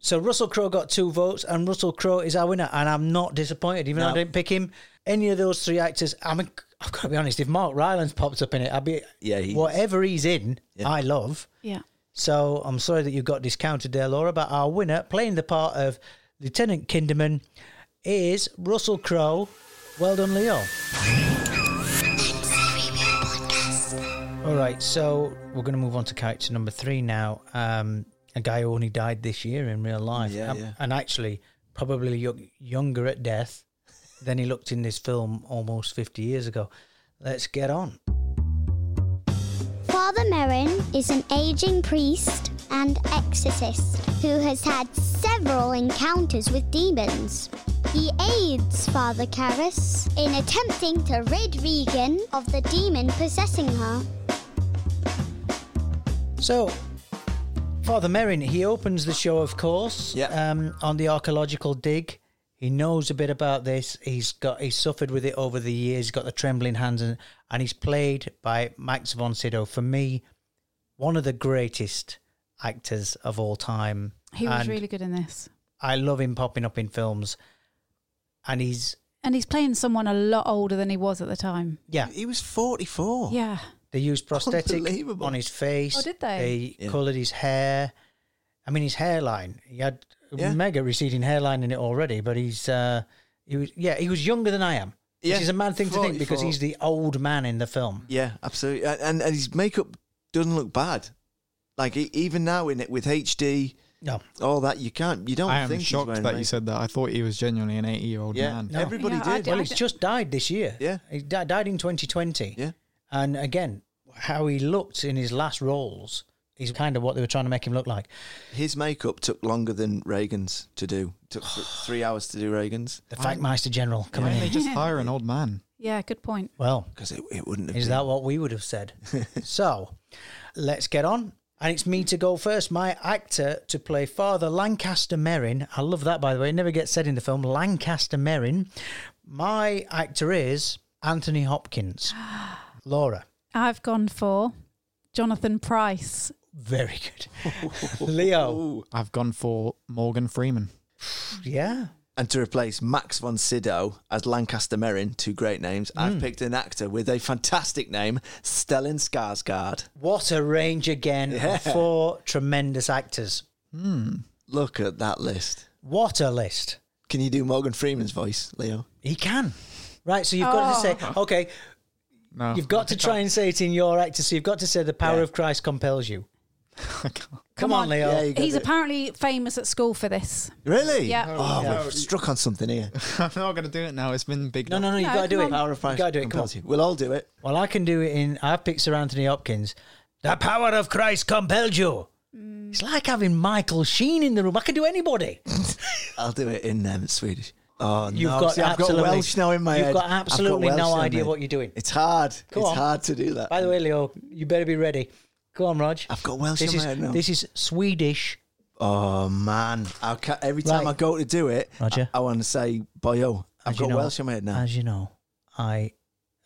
So Russell Crowe got two votes, and Russell Crowe is our winner, and I'm not disappointed. Even though I
No.
didn't pick him, any of those three actors, I'm. I've got to be honest. If Mark Rylance pops up in it, I'd be.
Yeah, he-
whatever he's in,
Yeah.
I love.
Yeah.
So I'm sorry that you got discounted there, Laura. But our winner, playing the part of Lieutenant Kinderman, is Russell Crowe. Well done, Leo. All right, so we're going to move on to character number three now. Um, a guy who only died this year in real life,
Yeah,
and,
yeah.
and actually probably yo- younger at death than he looked in this film almost 50 years ago. Let's get on.
Father Merrin is an aging priest and exorcist who has had several encounters with demons. He aids Father Karras in attempting to rid Regan of the demon possessing her.
So, Father Merrin, he opens the show, of course,
Yeah.
um, on the archaeological dig. He knows a bit about this. He's got he's suffered with it over the years. He's got the trembling hands, and, and he's played by Max von Sydow. For me, one of the greatest actors of all time.
He was
And
really good in this.
I love him popping up in films, and he's
And he's playing someone a lot older than he was at the time.
yeah.
He was 44.
Oh.
Yeah.
They used prosthetic
Unbelievable.
on his face.
Oh, did they?
They
Yeah.
coloured his hair. I mean, his hairline. He had a
Yeah.
mega receding hairline in it already, but he's uh, he was yeah he was younger than I am.
Yeah,
Which is a mad thing to think because
44.
he's the old man in the film.
Yeah, absolutely. A- And, and his makeup doesn't look bad. Like e- even now in it with HD,
No,
all that you can't. You don't.
I am
think he's
shocked
wearing
that you
makeup.
said that. I thought he was genuinely an 80 year old
Yeah,
man.
everybody
Yeah, I
did.
did.
well, he's
don't-
just died this year.
Yeah.
he di- died in 2020.
Yeah.
and again, how he looked in his last roles is kind of what they were trying to make him look like.
His makeup took longer than Reagan's to do. took th- three hours to do Reagan's
The Factmeister General
Why
coming
didn't
in.
they just hire an old man?
Yeah, good point.
Well,
because it, it wouldn't have.
Is
been.
that what we would have said? so let's get on. And it's me to go first. My actor to play Father Lancaster Merrin. I love that, by the way. It never gets said in the film. Lancaster Merrin. My actor is Anthony Hopkins. Laura.
I've gone for Jonathan Price.
Very good. Leo.
I've gone for Morgan Freeman.
Yeah.
And to replace Max von Sydow as Lancaster Merrin, two great names,
Hmm.
I've picked an actor with a fantastic name, Stellan Skarsgård.
What a range again.
Yeah.
of Four tremendous actors.
Look at that list.
What a list.
Can you do Morgan Freeman's voice, Leo?
He can. Right. So you've got to say, okay,
No,
You've got to try and say it in your actor. So you've got to say the power
Yeah.
of Christ compels you.
I can't.
Come, on, Leo.
Yeah, you got
He's
it.
apparently famous at school for this.
Really?
Yeah.
Oh, we've struck on something here.
I'm not going to do it now. It's been big.
no, no, no. You've
No,
got to do
come
it.
on.
Power of
you
Christ
got to do it. Come on.
compels you. We'll all do it.
Well, I can do it in. I've picked Sir Anthony Hopkins. The power of Christ compels you. It's like having Michael Sheen in the room. I can do anybody.
I'll do it in um, Swedish. Oh,
You've
no.
got
See, I've got
absolutely-
Welsh now in my
you've
head.
got
I've
absolutely no
Welsh in my
idea
head.
what you're doing.
It's hard.
Come
it's
on.
hard to do that.
By the way, Leo, you better be ready. Go on, Rog.
I've got Welsh
This
in my
is
head now.
this is Swedish.
Oh, man. I ca every time
Right.
I go to do it,
Roger.
I, want to say, boyo. I've
As you
got
know-
Welsh in my head now.
As you know, I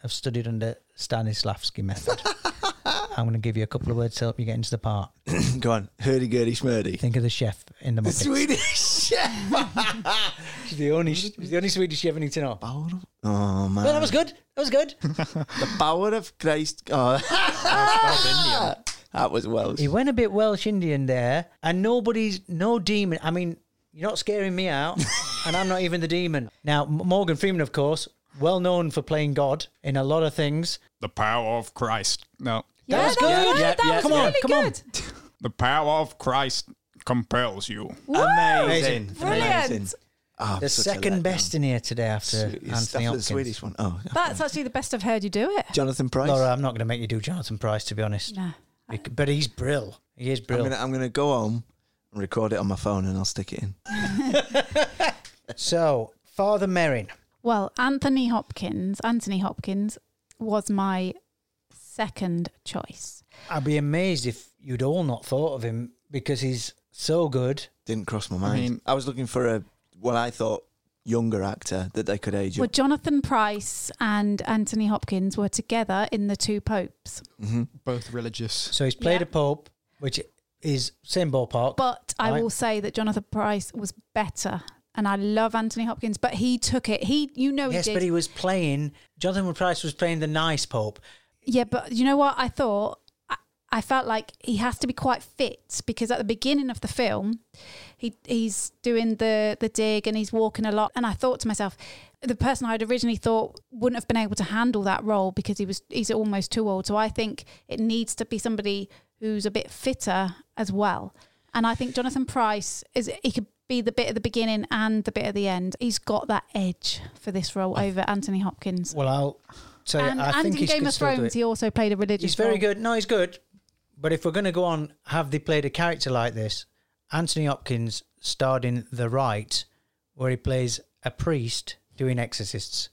have studied under Stanislavski method. I'm going to give you a couple of words to help you get into the part.
Go on. Hurdy-gurdy smurdy.
Think of the chef in the
The
Muppets.
Swedish chef.
She's the only she's the only Swedish you ever need to know.
Power of- oh, man.
Well, that was good. That was good.
The power of Christ. Oh. that was Welsh.
he went a bit Welsh Indian there, and nobody's no demon. I mean, you're not scaring me out, and I'm not even the demon. Now, M- Morgan Freeman, of course, well known for playing God in a lot of things.
The power of Christ. No.
Yeah,
was
that
good.
was,
Yeah,
that
yeah.
was
Come on,
really
come on.
good.
The power of Christ compels you.
Amazing.
Brilliant.
Oh,
The
such a
second
letdown.
best in here today after
It's
Anthony
definitely the
Hopkins.
Swedish one. Oh,
That's actually the best I've heard you do it.
Jonathan Price.
Laura, I'm not going to make you do Jonathan Price, to be honest.
No.
Bec- But he's brill. He is
I'm
brill.
gonna, I'm gonna go home and record it on my phone, and I'll stick it in.
So, Father Merrin.
Well, Anthony Hopkins, Anthony Hopkins was my second choice.
I'd be amazed if you'd all not thought of him because he's so good.
Didn't cross my mind. I,
mean-
was looking for a what I thought younger actor that they could age
Well,
up.
Jonathan Price and Anthony Hopkins were together in The Two Popes.
Both religious.
So he's played
Yeah.
a pope, which is same ballpark.
But I
Right.
will say that Jonathan Price was better, and I love Anthony Hopkins, but he took it. He, you know,
yes,
he did.
but he was playing. Jonathan Price was playing the nice Pope.
yeah, but you know what? I thought I, I felt like he has to be quite fit because at the beginning of the film, he he's doing the the dig and he's walking a lot, and I thought to myself. The person I'd originally thought wouldn't have been able to handle that role because he was he's almost too old. So I think it needs to be somebody who's a bit fitter as well. And I think Jonathan Price is he could be the bit at the beginning and the bit at the end. He's got that edge for this role over Anthony Hopkins.
Well, I'll tell you,
and
I
and
think
in
he
Game
can
of
still do
Thrones,
it.
he also played a religious.
He's very
role.
good. No, he's good. But if we're going to go on, have they played a character like this? Anthony Hopkins starred in The Right, where he plays a priest doing exorcists.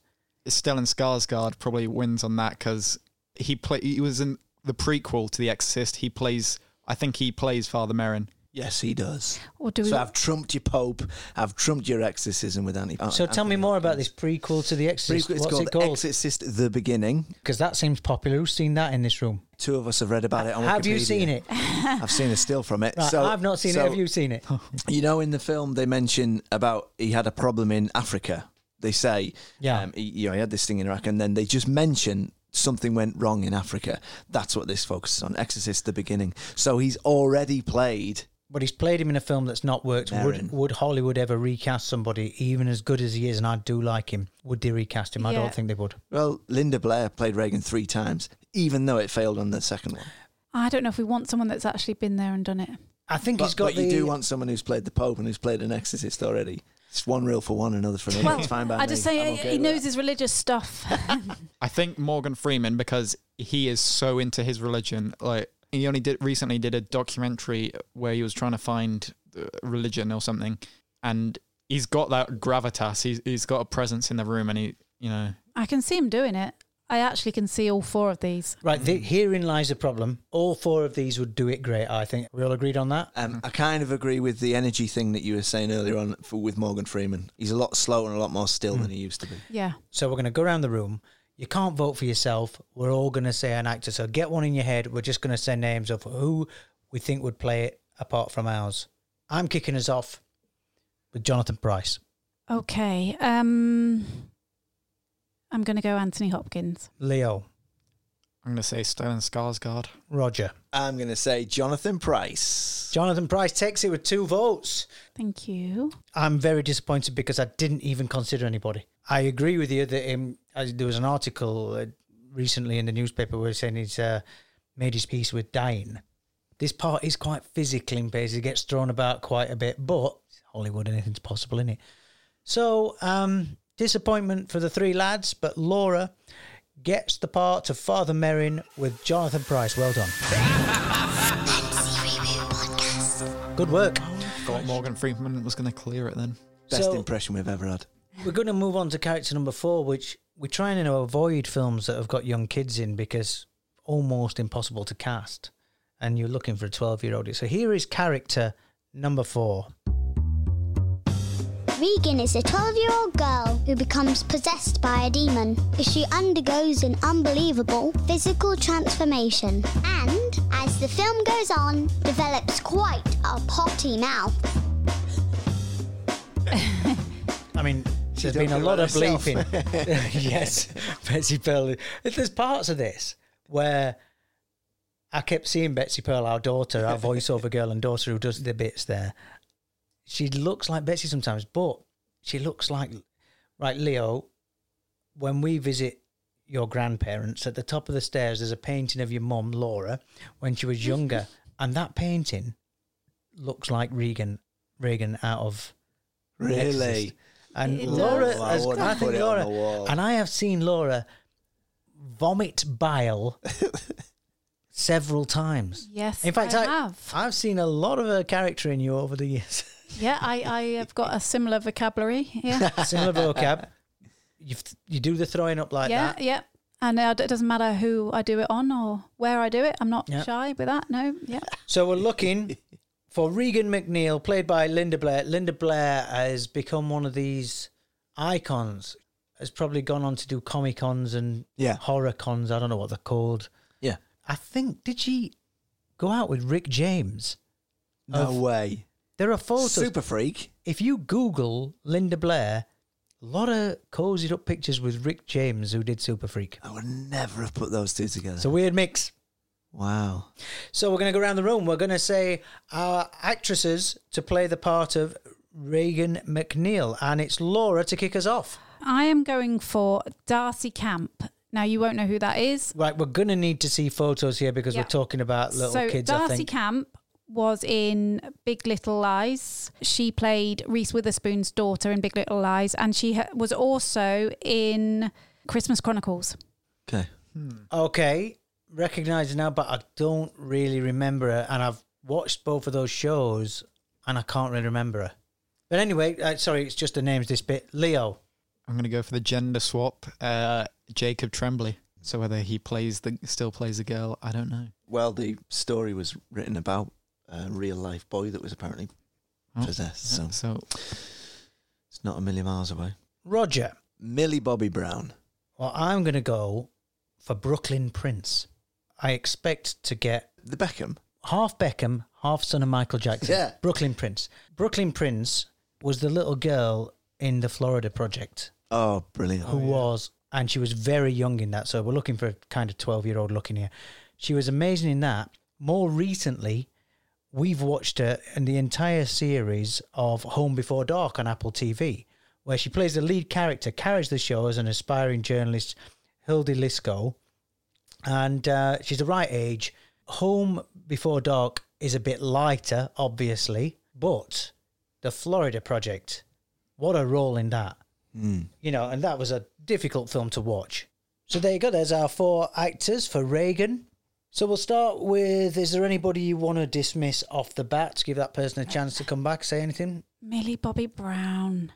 Stellan Skarsgård probably wins on that because he play he was in the prequel to The Exorcist. He plays, I think he plays Father Merrin.
Yes, he does.
Or do we?
So I've trumped your Pope. I've trumped your exorcism with Annie.
So tell me more about this prequel to The Exorcist.
It's
What's
called
it called?
Exorcist: The Beginning.
Because that seems popular. Who's seen that in this room?
Two of us have read about it on Wikipedia.
Have you seen it?
I've seen a still from it.
Right,
so
I've not seen
so-
it. Have you seen it?
You know, in the film, they mention about he had a problem in Africa. They say,
Yeah.
um, he, you know, he had this thing in Iraq, and then they just mention something went wrong in Africa. That's what this focuses on. Exorcist, the beginning. So he's already played.
But he's played him in a film that's not worked.
Merrin.
Would, would Hollywood ever recast somebody even as good as he is? And I do like him. Would they recast him? I
Yeah.
don't think they would.
Well, Linda Blair played Reagan three times, even though it failed on the second one.
I don't know if we want someone that's actually been there and done it.
I think
But,
he's got
but
the.
you do want someone who's played the Pope and who's played an exorcist already. It's one rule for one, another for another.
Well,
it's fine by
I just
me.
say
I'm
he-
okay
he
with
knows
that.
his religious stuff.
I think Morgan Freeman because he is so into his religion. Like he only did recently did a documentary where he was trying to find uh, religion or something, and he's got that gravitas. He's he's got a presence in the room, and he you know
I can see him doing it. I actually can see all four of these.
Right, the, herein lies the problem. All four of these would do it great, I think. We all agreed on that?
Um, I kind of agree with the energy thing that you were saying earlier on for, with Morgan Freeman. He's a lot slower and a lot more
Mm.
still than he used to be.
Yeah.
So we're going to go around the room. You can't vote for yourself. We're all going to say an actor. So get one in your head. We're just going to say names of who we think would play it apart from ours. I'm kicking us off with Jonathan Price.
Okay. Um, I'm going to go Anthony Hopkins.
Leo,
I'm gonna say Stellan Skarsgård.
Roger.
I'm going to say Jonathan Price.
Jonathan Price takes it with two votes.
Thank you.
I'm very disappointed because I didn't even consider anybody. I agree with you that um, as there was an article uh, recently in the newspaper where saying he's uh, made his peace with dying. This part is quite physical in places. It gets thrown about quite a bit, but it's Hollywood, anything's possible, in it? So, um, disappointment for the three lads, but Laura gets the part of Father Merrin with Jonathan Price. Well done. Good work.
Thought Morgan Freeman was gonna clear it then.
Best
So-
impression we've ever had.
We're going to move on to character number four, which we're trying to avoid films that have got young kids in because almost impossible to cast, and you're looking for a 12 year old. So here is character number four.
Regan is a 12 year old girl who becomes possessed by a demon. She undergoes an unbelievable physical transformation and, as the film goes on, develops quite a potty mouth.
I mean,
She's
there's been a
talking
lot of
about herself.
bleeping. yes, Betsy Pearl. If There's parts of this where I kept seeing Betsy Pearl, our daughter, our voiceover girl and daughter who does the bits there. She looks like Betsy sometimes, but she looks like, right, Leo, when we visit your grandparents, at the top of the stairs, there's a painting of your mum, Laura, when she was younger. and that painting looks like Regan, Regan out of
Really?
Exorcist. And
It
Laura,
does.
Wow, I
has,
wouldn't
I,
put
think
it on
Laura,
the wall.
and I have seen Laura vomit bile several times.
Yes.
In fact,
I,
I,
have.
I've seen a lot of her character in you over the years.
yeah, I, I have got a similar vocabulary. Yeah.
Similar vocab. You you do the throwing up like
yeah.
that.
Yeah. And uh, it doesn't matter who I do it on or where I do it. I'm not
Yeah.
shy with that. No. Yeah.
So we're looking for Regan McNeil, played by Linda Blair. Linda Blair has become one of these icons. Has probably gone on to do comic cons and
Yeah.
horror cons. I don't know what they're called.
Yeah.
I think did she go out with Rick James?
No
Of-
way.
There are photos.
Super freak.
If you Google Linda Blair, a lot of cozied up pictures with Rick James, who did Super Freak.
I would never have put those two together.
It's a weird mix.
wow.
So we're going to go around the room. We're going to say our actresses to play the part of Reagan McNeil, and it's Laura to kick us off.
I am going for Darcy Camp. Now you won't know who that is.
Right, we're going to need to see photos here because
Yeah.
we're talking about little
so
kids. I
Darcy
think.
Camp was in Big Little Lies. She played Reese Witherspoon's daughter in Big Little Lies, and she ha- was also in Christmas Chronicles.
Okay.
Okay, recognise her now, but I don't really remember her, and I've watched both of those shows, and I can't really remember her. But anyway, uh, sorry, it's just the names. This bit, Leo.
I'm gonna go for the gender swap. Uh, Jacob Tremblay. So whether he plays the still plays the girl, I don't know.
Well, the story was written about a real life boy that was apparently
Oh,
possessed, so
So, so
it's not a million miles away.
Roger.
Millie Bobby Brown.
Well, I'm going to go for Brooklyn Prince. I expect to get
The Beckham.
half Beckham, half son of Michael Jackson.
Yeah.
Brooklyn Prince. Brooklyn Prince was the little girl in the Florida Project
Oh, brilliant.
who was, and she was very young in that. So we're looking for a kind of 12 year old looking here. She was amazing in that. More recently, we've watched her in the entire series of Home Before Dark on Apple TV, where she plays the lead character, carries the show as an aspiring journalist, Hildy Lisco. And uh, she's the right age. Home Before Dark is a bit lighter, obviously, but the Florida Project, what a role in that
Hmm.
you know, and that was a difficult film to watch. So there you go. There's our four actors for Reagan. So we'll start with: Is there anybody you want to dismiss off the bat to give that person a chance to come back, say anything?
Millie Bobby Brown.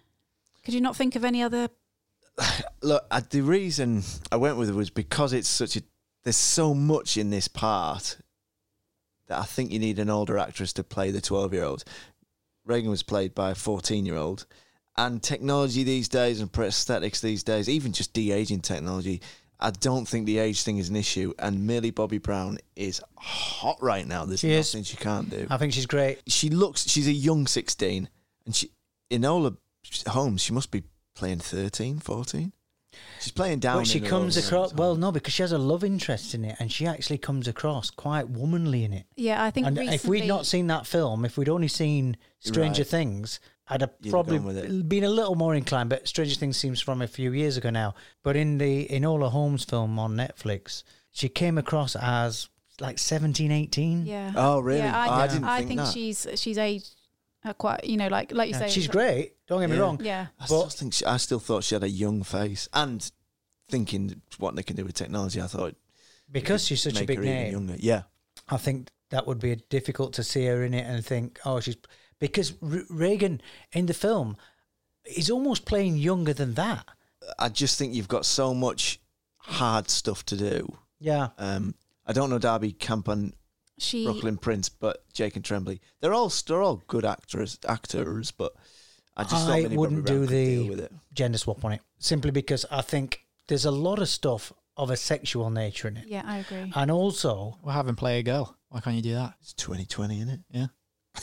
Could you not think of any other?
Look, I, the reason I went with it was because it's such a. There's so much in this part that I think you need an older actress to play the 12 year old. Reagan was played by a 14 year old. And technology these days and prosthetics these days, even just de aging technology, I don't think the age thing is an issue. And Millie Bobby Brown is hot right now. There's
She is.
nothing she can't do
I think she's great.
she looks she's a young 16 and she in Enola Holmes she must be playing 13 14 she's playing down
but she
in her
comes
own
across
right
well,
time.
no, because she has a love interest in it, and she actually comes across quite womanly in it.
Yeah, I think.
And
recently,
if we'd not seen that film, if we'd only seen Stranger
Right.
Things, I'd have
You'd have
probably
gone with it.
been a little more inclined. But Stranger Things seems from a few years ago now. But in the Enola Holmes film on Netflix, she came across as like 17, 18.
yeah.
Oh, really?
Yeah,
Oh, I
think-
didn't
I
think
think
that.
she's she's aged uh, quite. You know, like like you
Yeah,
say,
she's great. Don't get me
Yeah.
wrong.
Yeah.
I still
But
think she, I still thought she had a young face and thinking what they can do with technology I thought
because she's such a
make
big
her even
name,
younger yeah
I think that would be difficult to see her in it and think, oh, she's because Re- Reagan in the film is almost playing younger than that.
I just think you've got so much hard stuff to do
Yeah.
um I don't know Darby Camp and
She
Brooklyn Prince but Jake and Tremblay they're all they're all good actors actors but I just thought
I
Millie Bobby
wouldn't
Brown
do
could deal
the
with it.
gender swap on it simply because I think there's a lot of stuff of a sexual nature in it.
Yeah, I agree.
And also,
we'll have him play a girl. Why can't you do that?
It's 2020, isn't it?
Yeah.
It's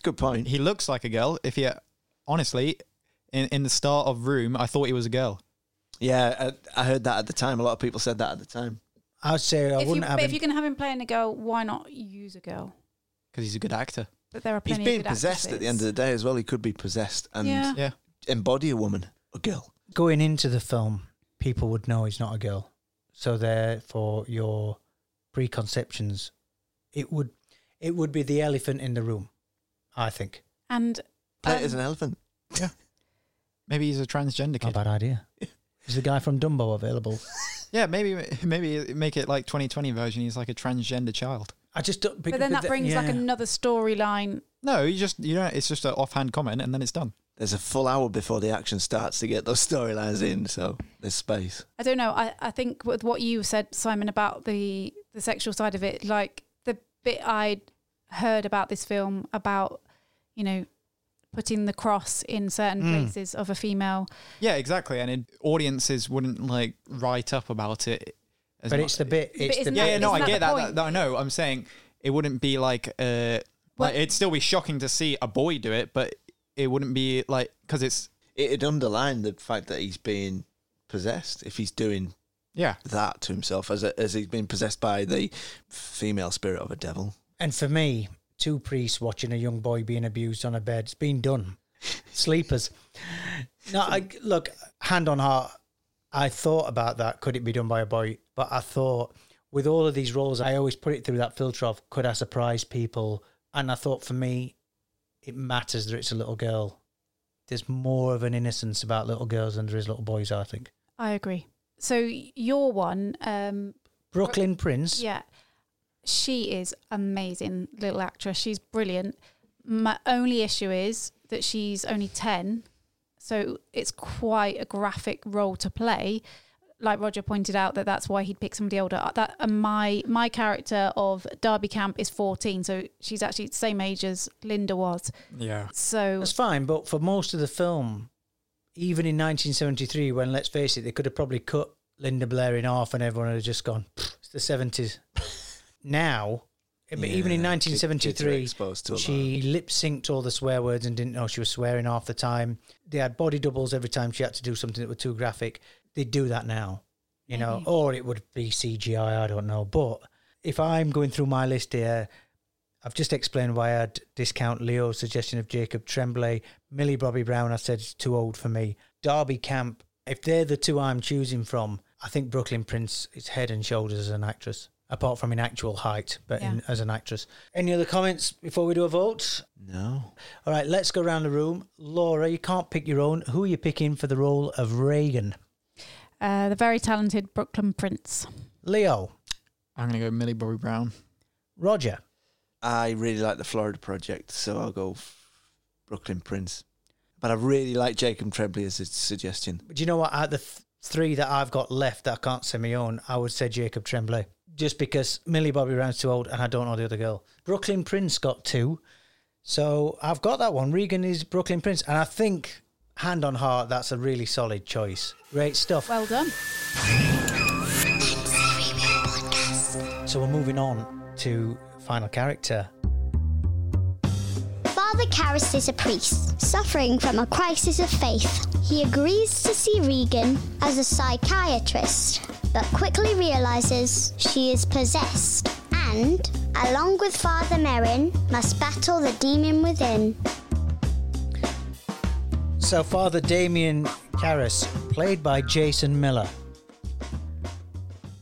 a good
Mm.
point.
He looks like a girl. If you honestly, in in the start of Room, I thought he was a girl.
Yeah, I, I heard that at the time. A lot of people said that at the time.
I'd say I
if you,
wouldn't have
but if
him-
you're gonna have him playing a girl, why not use a girl?
because he's a good actor.
But there are
He's
plenty.
being
of good
possessed at the end of the day as well. He could be possessed and
Yeah.
Yeah,
embody a woman, a girl.
going into the film, people would know he's not a girl. So therefore, your preconceptions, it would, it would be the elephant in the room, I think.
And
Play
um,
it as an elephant.
maybe he's a transgender
Not a
kid.
bad idea. Is the guy from Dumbo available?
Yeah, maybe maybe make it like 2020 version. He's like a transgender child.
I just don't.
but then that brings like another storyline.
No, you just you know it's just an offhand comment and then it's done.
There's a full hour before the action starts to get those storylines in, so there's space.
I don't know. I, I think with what you said, Simon, about the the sexual side of it, like the bit I heard about this film about, you know, putting the cross in certain
Mm.
places of a female.
Yeah, exactly. And it, audiences wouldn't like write up about it. As
But
mu-
it's the bit. It's
isn't
the
that-
yeah, yeah, no,
isn't
I
that
get
the
that,
point?
that, that. I know. I'm saying it wouldn't be like uh, Like it'd still be shocking to see a boy do it, but it wouldn't be like because it's
It'd underline the fact that he's being possessed if he's doing
yeah
that to himself as a, as he's been possessed by the female spirit of a devil.
And for me, two priests watching a young boy being abused on a bed, it's been done. Sleepers. No, I, look, hand on heart, I thought about that. Could it be done by a boy? But I thought, with all of these roles, I always put it through that filter of could I surprise people? And I thought for me, it matters that it's a little girl. There's more of an innocence about little girls than there is little boys, I think.
I agree. So your one, um,
Brooklyn Prince.
yeah, she is amazing, little actress. She's brilliant. My only issue is that she's only ten, so it's quite a graphic role to play. Like Roger pointed out, that that's why he'd pick somebody older. Uh, That and my my character of Darby Camp is fourteen, so she's actually the same age as Linda was.
yeah
So
That's fine, but for most of the film, even in 1973, when let's face it, they could have probably cut Linda Blair in half and everyone would have just gone, "Pfft, it's the 70s. now, but even in
Yeah, kid- kids are
1973,
exposed to a lot.
she lip synced all the swear words and didn't know she was swearing half the time. They had body doubles every time she had to do something that was too graphic. They do that now, you know,
Maybe.
or it would be CGI, I don't know. But if I'm going through my list here, I've just explained why I'd discount Leo's suggestion of Jacob Tremblay. Millie Bobby Brown, I said, is too old for me. Derby Camp, if they're the two I'm choosing from, I think Brooklyn Prince is head and shoulders as an actress, apart from in actual height, but in,
Yeah.
as an actress. Any other comments before we do a vote?
No.
All right, let's go round the room. Laura, you can't pick your own. Who are you picking for the role of Reagan?
uh, the very talented Brooklyn Prince.
Leo,
I'm gonna go Millie Bobby Brown.
Roger,
I really like the Florida Project, so I'll go f- Brooklyn Prince. But I really like Jacob Tremblay as a suggestion.
Do you know what? Out of the th- three that I've got left that I can't say my own, I would say Jacob Tremblay. Just because Millie Bobby Brown's too old and I don't know the other girl. Brooklyn Prince got two. So I've got that one. Regan is Brooklyn Prince. And I think, hand on heart, that's a really solid choice. Great stuff.
Well done.
so we're moving on to final character.
Father Karras is a priest, suffering from a crisis of faith. He agrees to see Regan as a psychiatrist, but quickly realizes she is possessed and, along with Father Merrin, must battle the demon within.
So Father Damien Karras, played by Jason Miller.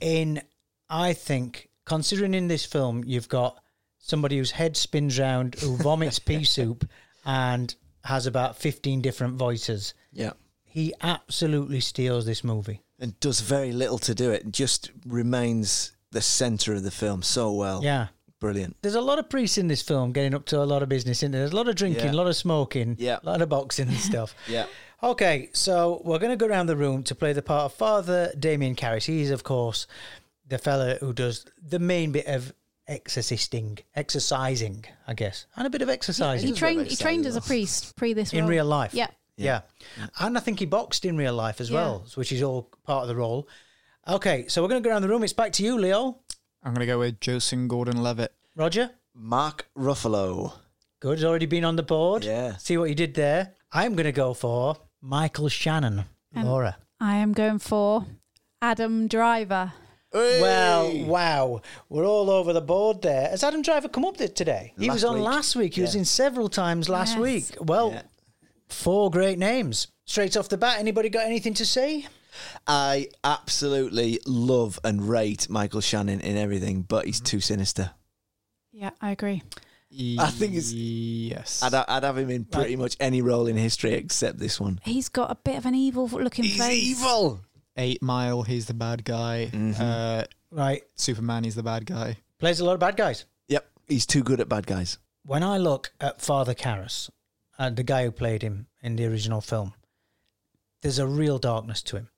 In, I think, considering in this film you've got somebody whose head spins round, who vomits pea soup, and has about fifteen different voices.
Yeah.
He absolutely steals this movie.
And does very little to do it. and Just remains the centre of the film so well.
Yeah.
Brilliant.
There's a lot of priests in this film getting up to a lot of business, isn't there? There's a lot of drinking,
Yeah.
a lot of smoking,
Yeah.
a lot of boxing and stuff.
Yeah.
Okay, so we're going to go around the room to play the part of Father Damien Carris. He is, of course, the fella who does the main bit of exorcisting, exercising, I guess, and a bit of exercising.
He trained. He
excited
trained as a
though.
priest pre this
in
role.
real life.
Yeah.
yeah. And I think he boxed in real life as
Yeah.
well, which is all part of the role. Okay, so we're going to go around the room. It's back to you, Leo.
I'm gonna go with Joseph Gordon-Levitt.
Roger?
Mark Ruffalo.
Good. He's already been on the board.
Yeah.
See what you did there. I'm going to go for Michael Shannon.
And-
Laura.
I am going for Adam Driver.
Well, wow. We're all over the board there. Has Adam Driver come up there today? He
Last
was on
week.
last week. He was
Yeah.
in several times last
Yes.
week. Well,
Yeah.
four great names. Straight off the bat, anybody got anything to say?
I absolutely love and rate Michael Shannon in everything, but
Mm-hmm.
he's too sinister.
Yeah, I agree.
I think it's-
yes.
I'd, I'd have him in pretty much any role in history except this one.
He's got a bit of an evil looking
He's
face.
evil.
Eight Mile. He's the bad guy.
Mm-hmm.
Uh,
Right.
Superman. He's the bad guy.
Plays a lot of bad guys.
Yep. He's too good at bad guys.
When I look at Father Karras, uh, the guy who played him in the original film, there's a real darkness to him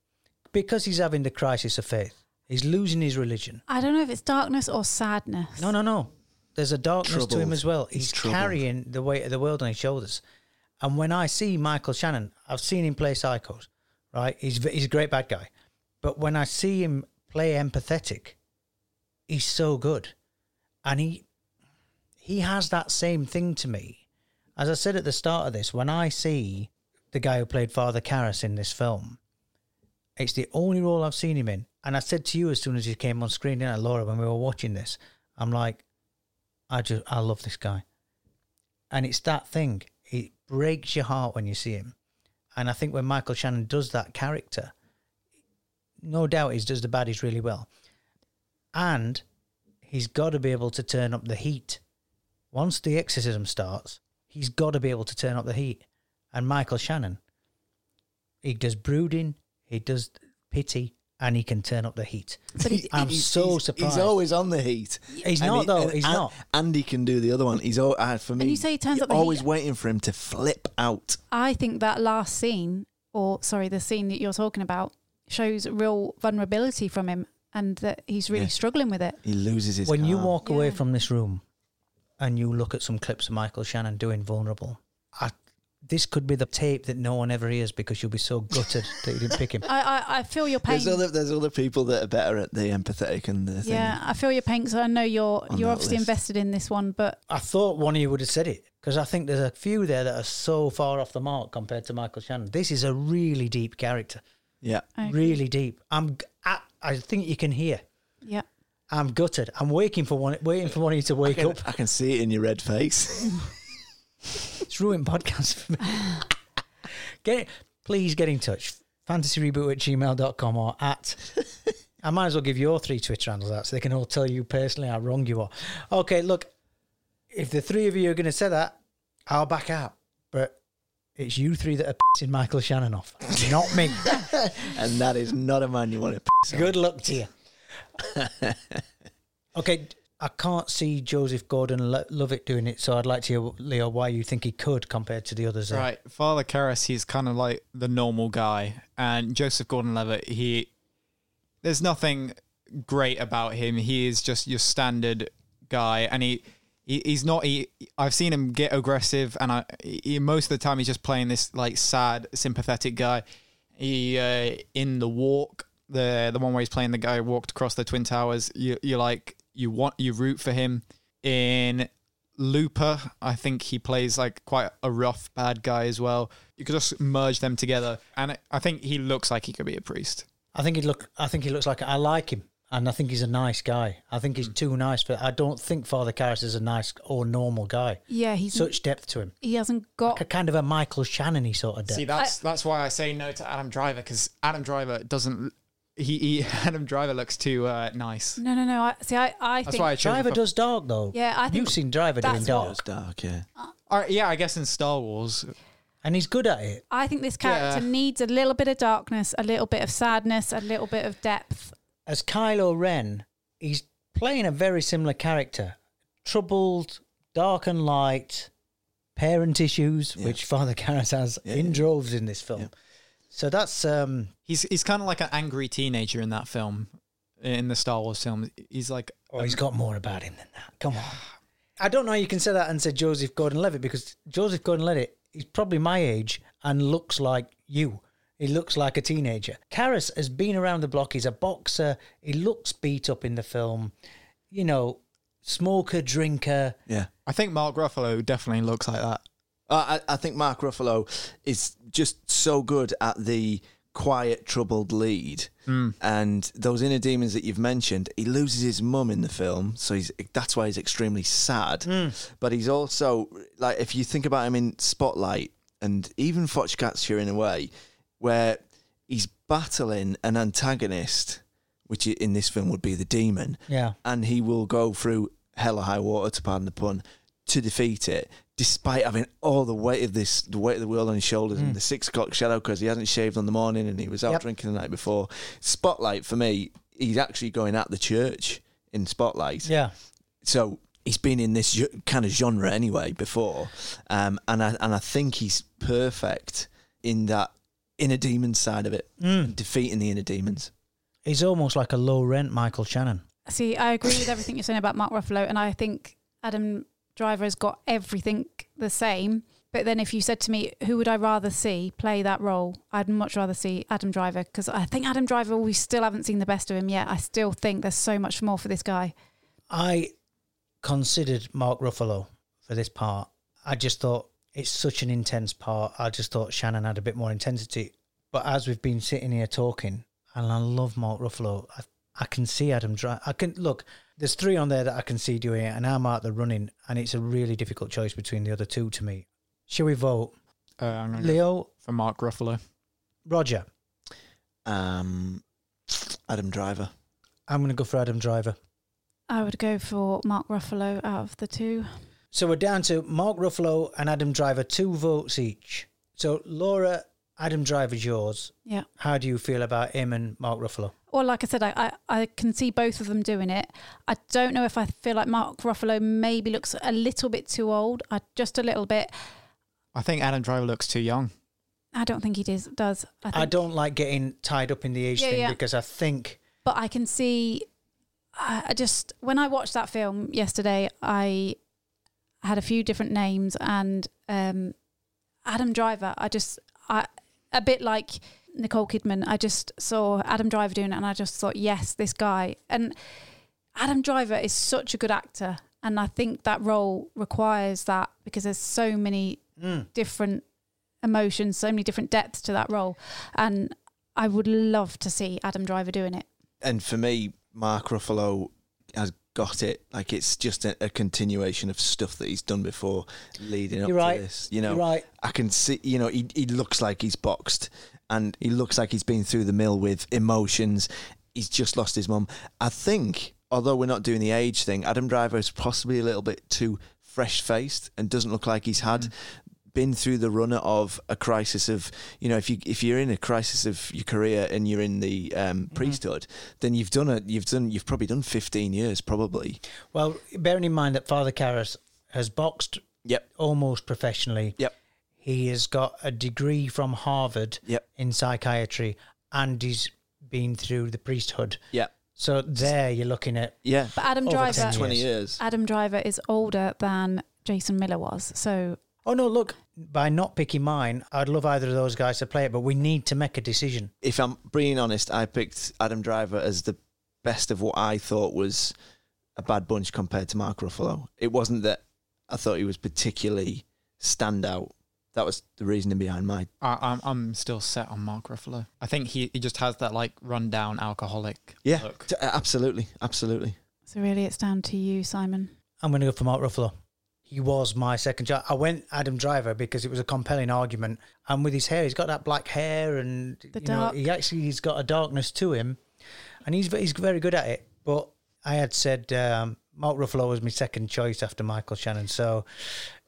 because he's having the crisis of faith. He's losing his religion.
I don't know if it's darkness or sadness.
No, no, no. There's a darkness to him
Troubled.
as well.
He's
He's,
troubled.
carrying the weight of the world on his shoulders. And when I see Michael Shannon, I've seen him play psychos, right? He's v- he's a great bad guy, but when I see him play empathetic, he's so good, and he he has that same thing to me. As I said at the start of this, when I see the guy who played Father Karras in this film, it's the only role I've seen him in. And I said to you as soon as he came on screen, didn't I, Laura, when we were watching this, I'm like, I just, I love this guy. And it's that thing. It breaks your heart when you see him. And I think when Michael Shannon does that character, no doubt he does the baddies really well. And he's got to be able to turn up the heat. Once the exorcism starts, he's got to be able to turn up the heat. And Michael Shannon, he does brooding, he does pity, and he can turn up the heat.
But he-
I'm so
he's-
surprised.
He's always on the heat.
He's
And
not,
he-
though.
and-
He's
and-
not.
Andy can do the other one. He's all, uh, for me.
you say he turns
you're
up the
always
heat.
waiting for him to flip out.
I think that last scene, or sorry, the scene that you're talking about, shows real vulnerability from him and that he's really
Yeah.
struggling with it.
He loses his.
when you
calm.
walk away
Yeah.
from this room and you look at some clips of Michael Shannon doing vulnerable, I, this could be the tape that no one ever hears because you'll be so gutted that you didn't pick him.
I, I, I feel your pain.
There's other there's other people that are better at the empathetic and the thing.
yeah, I feel your pain because I know you're
On
you're
that
obviously
list.
invested in this one, but
I thought one of you would have said it because I think there's a few there that are so far off the mark compared to Michael Shannon. This is a really deep character,
yeah.
I agree.
really deep. I'm, g- I, I think you can hear.
yeah.
I'm gutted. I'm waiting for one, waiting for one of you to wake up.
I can see it in your red face.
It's ruined podcasts for me. get it. Please get in touch. Fantasyreboot at gmail.com or at. I might as well give your three Twitter handles out so they can all tell you personally how wrong you are. Okay, look, if the three of you are going to say that, I'll back out. But it's you three that are pissing Michael Shannon off, not me.
and that is not a man you want to piss
Good luck to you. okay, I can't see Joseph Gordon Lo- Levitt doing it, so I'd like to hear, Leo, why you think he could compared to the others. there.
Right, Father Karras, he's kind of like the normal guy, and Joseph Gordon-Levitt, he there's nothing great about him. He is just your standard guy, and he, he he's not. He I've seen him get aggressive, and I he, most of the time he's just playing this like sad, sympathetic guy. He uh, in the walk, the the one where he's playing the guy who walked across the twin towers. You you like you want you root for him in Looper. I think he plays like quite a rough bad guy as well. You could just merge them together, and I think he looks like he could be a priest.
I think he look. I think he looks like. I like him, and I think he's a nice guy. I think he's too nice, but I don't think Father Karras is a nice or normal guy.
Yeah, he's
Such depth to him,
he hasn't got
like a kind of a Michael Shannon-y sort of depth.
See, that's that's why I say no to Adam Driver because Adam Driver doesn't. He, he Adam Driver looks too uh, nice.
no no no. I, see, I I
That's
think
why I chose
Driver
him for-
does dark though.
Yeah, I think
you've seen Driver doing
that's
dark,
It's dark, yeah.
All right, yeah, I guess in Star Wars,
and he's good at it.
I think this character
Yeah.
needs a little bit of darkness, a little bit of sadness, a little bit of depth.
As Kylo Ren, he's playing a very similar character: troubled, dark and light, parent issues,
Yeah.
which Father Karras has
Yeah,
in
yeah.
droves in this film.
Yeah.
So that's um,
he's he's kind of like an angry teenager in that film, in the Star Wars film. He's like,
Oh, he's got more about him than that. Come on. I don't know how you can say that and say Joseph Gordon Levitt because Joseph Gordon Levitt is probably my age and looks like you. He looks like a teenager. Karras has been around the block. He's a boxer. He looks beat up in the film. You know, smoker, drinker.
Yeah.
I think Mark Ruffalo definitely looks like that.
Uh, I, I think Mark Ruffalo is just so good at the quiet, troubled lead. And those inner demons that you've mentioned, he loses his mum in the film, so he's that's why he's extremely sad. But he's also like, if you think about him in Spotlight and even Foxcatcher in a way, where he's battling an antagonist, which i- in this film would be the demon
Yeah.
and he will go through hell or high water, to pardon the pun, to defeat it, despite having all the weight of this, the weight of the world on his shoulders, and the six o'clock shadow because he hasn't shaved on the morning and he was out
Yep.
drinking the night before. Spotlight for me, he's actually going at the church in Spotlight,
Yeah.
so. He's been in this ge- kind of genre anyway before, um, and I and I think he's perfect in that inner demon side of it,
Hmm.
defeating the inner demons.
Mm. He's almost like a low rent Michael Shannon.
See, I agree with everything you're saying about Mark Ruffalo, and I think Adam Driver has got everything the same. But then, if you said to me, who would I rather see play that role? I'd much rather see Adam Driver because I think Adam Driver, we still haven't seen the best of him yet. I still think there's so much more for this guy.
I considered Mark Ruffalo for this part. I just thought it's such an intense part. I just thought Shannon had a bit more intensity. But as we've been sitting here talking, and I love Mark Ruffalo, I, I can see Adam Driver. I can look. There's three on there that I can see doing it, and I'm out the running, and it's a really difficult choice between the other two to me. Shall we vote?
Uh, I'm gonna go
Leo,
for Mark Ruffalo.
Roger.
Um, Adam Driver.
I'm going to go for Adam Driver.
I would go for Mark Ruffalo out of the two.
So we're down to Mark Ruffalo and Adam Driver, two votes each. So Laura, Adam Driver's yours.
Yeah.
How do you feel about him and Mark Ruffalo?
Well, like I said, I, I, I can see both of them doing it. I don't know if I feel like Mark Ruffalo maybe looks a little bit too old, I, just a little bit.
I think Adam Driver looks too young.
I don't think he does. does I,
I
think.
don't like getting tied up in the age
Yeah,
thing
yeah.
because I think
But I can see. I I just when I watched that film yesterday, I had a few different names and um, Adam Driver. I just I a bit like Nicole Kidman. I just saw Adam Driver doing it, and I just thought, yes, this guy. And Adam Driver is such a good actor, and I think that role requires that because there's so many
hmm,
different emotions, so many different depths to that role, and I would love to see Adam Driver doing it.
And for me, Mark Ruffalo has got it. Like it's just a, a continuation of stuff that he's done before, leading up
You're
to
right.
this. You know,
You're right.
I can see. You know, he he looks like he's boxed, and he looks like he's been through the mill with emotions. He's just lost his mum. I think, although we're not doing the age thing, Adam Driver is possibly a little bit too fresh faced and doesn't look like he's had.
Mm.
Been through the runner of a crisis of, you know, if you if you're in a crisis of your career and you're in the um, priesthood, then you've done a you've done you've probably done 15 years probably.
Well, bearing in mind that Father Karras has boxed
Yep.
almost professionally.
Yep.
He has got a degree from Harvard
Yep.
in psychiatry and he's been through the priesthood.
Yep.
So there you're looking at
Yeah.
But Adam
Over 10
Driver,
20
Yes.
years.
Adam Driver is older than Jason Miller was, so
Oh no, look, by not picking mine, I'd love either of those guys to play it, but we need to make a decision.
if I'm being honest, I picked Adam Driver as the best of what I thought was a bad bunch compared to Mark Ruffalo. It wasn't that I thought he was particularly standout. That was the reasoning behind my.
I, I'm I'm still set on Mark Ruffalo. I think he, he just has that like rundown alcoholic
Yeah,
look.
t- absolutely, absolutely.
so really it's down to you, Simon.
I'm going to go for Mark Ruffalo. He was my second choice. I went Adam Driver because it was a compelling argument. And with his hair, he's got that black hair, and
The
you
dark.
know, he actually he's got a darkness to him, and he's ve- he's very good at it. But I had said um, Mark Ruffalo was my second choice after Michael Shannon, so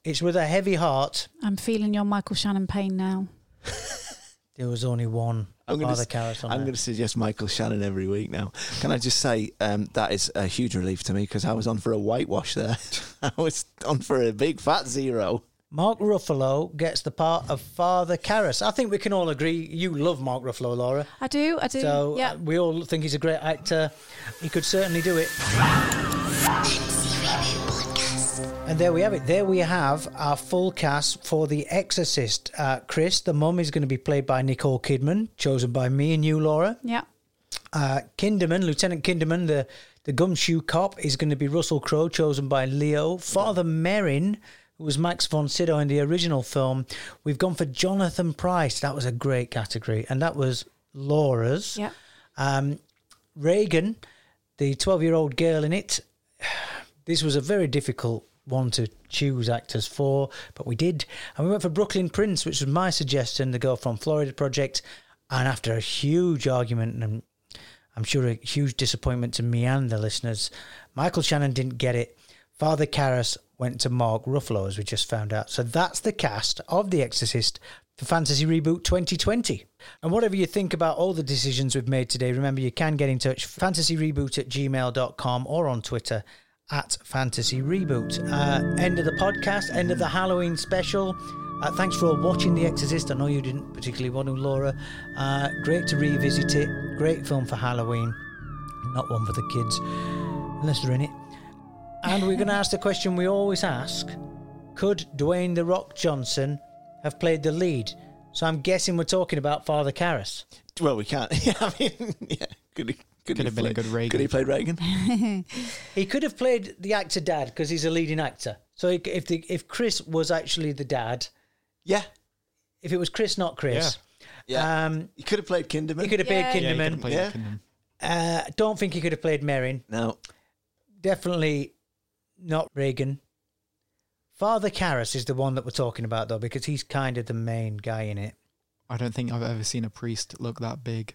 it's with a heavy heart.
I'm feeling your Michael Shannon pain now.
There was only one
I'm gonna
Father
s-
Karras on
I'm
there.
going to suggest Michael Shannon every week now. Can I just say um, that is a huge relief to me because I was on for a whitewash there. I was on for a big fat zero.
Mark Ruffalo gets the part of Father Karras. I think we can all agree you love Mark Ruffalo, Laura.
I do, I do.
So uh,
yeah.
we all think he's a great actor. He could certainly do it. And there we have it. There we have our full cast for The Exorcist. Uh, Chris, the mum, is going to be played by Nicole Kidman, chosen by me and you, Laura.
yeah.
Uh, Kinderman, Lieutenant Kinderman, the, the gumshoe cop, is going to be Russell Crowe, chosen by Leo. Father Merrin, who was Max von Sydow in the original film, we've gone for Jonathan Price. That was a great category. And that was Laura's.
Yeah.
Um, Reagan, the 12 year old girl in it, this was a very difficult one to choose actors for, but we did. And we went for Brooklyn Prince, which was my suggestion, the Girl from Florida project. And after a huge argument, and I'm sure a huge disappointment to me and the listeners, Michael Shannon didn't get it. Father Karras went to Mark Ruffalo, as we just found out. So that's the cast of The Exorcist for Fantasy Reboot 2020. And whatever you think about all the decisions we've made today, remember you can get in touch fantasyreboot at gmail.com or on Twitter at Fantasy Reboot. Uh, end of the podcast, end of the Halloween special. Uh, thanks for all watching The Exorcist. I know you didn't particularly want to, Laura. Uh, great to revisit it. Great film for Halloween. Not one for the kids, unless they're in it. And we're going to ask the question we always ask Could Dwayne The Rock Johnson have played the lead? So I'm guessing we're talking about Father Karras.
Well, we can't. Yeah, I mean, yeah, could Could,
Could have been a good Reagan.
Could he played Reagan?
He could have played the actor dad because he's a leading actor. So he- if the, if Chris was actually the dad,
yeah,
if it was Chris, not Chris,
yeah.
um,
he could have played Kinderman.
he could have
Yeah,
played
Yeah, you could
Kinderman.
have played
Yeah.
Kinderman.
uh, don't think he could have played Merrin.
no,
Definitely not Reagan. Father Karras is the one that we're talking about though, because he's kind of the main guy in it.
I don't think I've ever seen a priest look that big.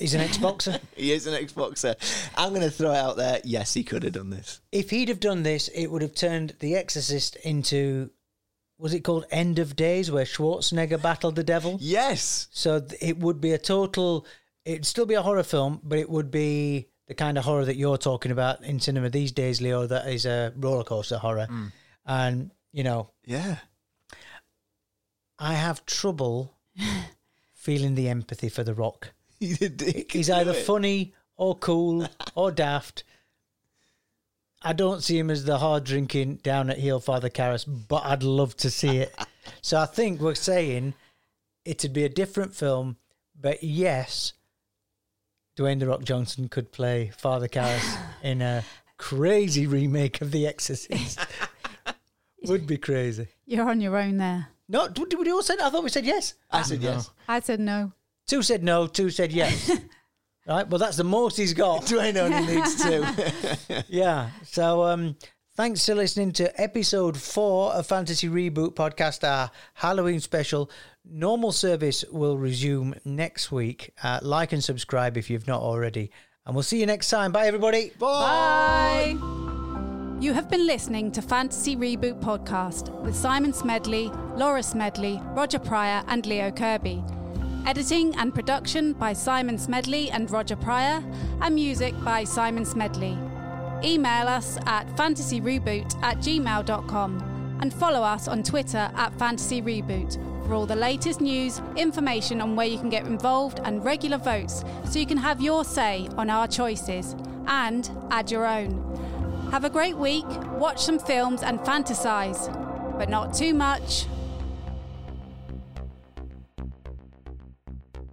He's an ex-boxer.
he is an Xboxer. I'm going to throw it out there. Yes, he could have done this.
if he'd have done this, it would have turned The Exorcist into was it called End of Days, where Schwarzenegger battled the devil?
Yes,
So th- it would be a total. It'd still be a horror film, but it would be the kind of horror that you're talking about in cinema these days, Leo. That is a roller coaster horror, and you know
yeah.
I have trouble feeling the empathy for The Rock.
He did. He could
He's
do
either
it.
funny or cool or daft. I don't see him as the hard drinking down at heel Father Karras, but I'd love to see it. so I think we're saying it'd be a different film, but yes, Dwayne the Rock Johnson could play Father Karras in a crazy remake of The Exorcist. Would be crazy.
You're on your own there.
No, did we all say? I thought we said yes.
I said yes.
I said no.
Two said no, two said yes. right, well, that's the most he's got.
Dwayne only needs two.
Yeah. So, um, thanks for listening to episode four of Fantasy Reboot Podcast, our Halloween special. Normal service will resume next week. Uh, like and subscribe if you've not already. And we'll see you next time. Bye, everybody.
Bye. You have been listening to Fantasy Reboot Podcast with Simon Smedley, Laura Smedley, Roger Pryor, and Leo Kirby. Editing and production by Simon Smedley and Roger Pryor, and music by Simon Smedley. Email us at fantasyreboot at gmail.com and follow us on Twitter at Fantasy Reboot for all the latest news, information on where you can get involved, and regular votes so you can have your say on our choices and add your own. Have a great week, watch some films, and fantasize, but not too much.
I'm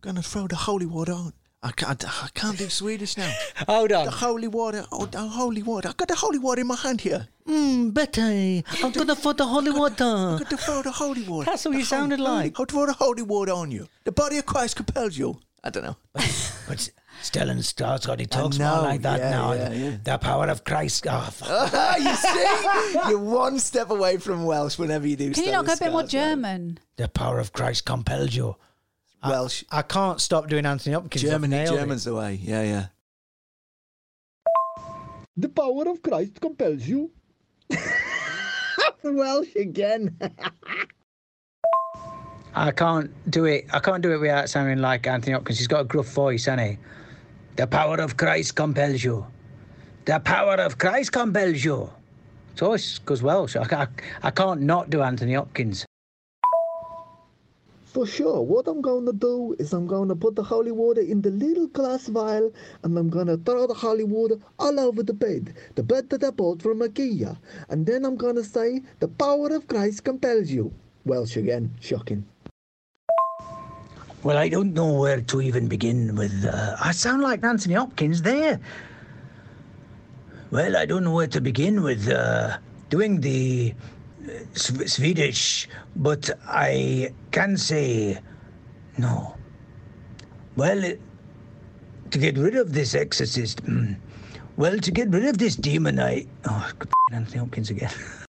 going to throw the holy water on. I can't, I can't do Swedish now.
Hold on.
The holy water, oh, the holy water. I've got the holy water in my hand here. Hmm,
Mm, Betty, I'm going to put the holy
I've
water.
got to throw the holy water.
That's what
The
you sounded
holy-
like.
I'll throw the holy water on you. The body of Christ compels you. I don't know.
But Stellan Skarsgård, he talks
know,
more like that
yeah,
now.
yeah, yeah.
The power of Christ. Oh, fuck.
you see? You're one step away from Welsh whenever you do
Can you not
Stellan
go a bit more
Skarsgård.
German?
The power of Christ compelled you.
Welsh.
I can't stop doing Anthony Hopkins. I've
Germany,
nailed it.
German's the way. Yeah, yeah.
The power of Christ compels you. Welsh again.
I can't do it. I can't do it without sounding like Anthony Hopkins. He's got a gruff voice, hasn't he? The power of Christ compels you. The power of Christ compels you. It's always goes Welsh. I, I, I can't not do Anthony Hopkins.
For sure, what I'm gonna do is I'm gonna put the holy water in the little glass vial and I'm gonna throw the holy water all over the bed, the bed that I bought from IKEA. And then I'm gonna say, the power of Christ compels you. Welsh again, shocking.
Well, I don't know where to even begin with. Uh, I sound like Anthony Hopkins there. Well, I don't know where to begin with uh, doing the uh, Sw- Swedish, but I can say no. Well, it- to get rid of this exorcist, mm, well, to get rid of this demon, I. Oh, Anthony Hopkins again.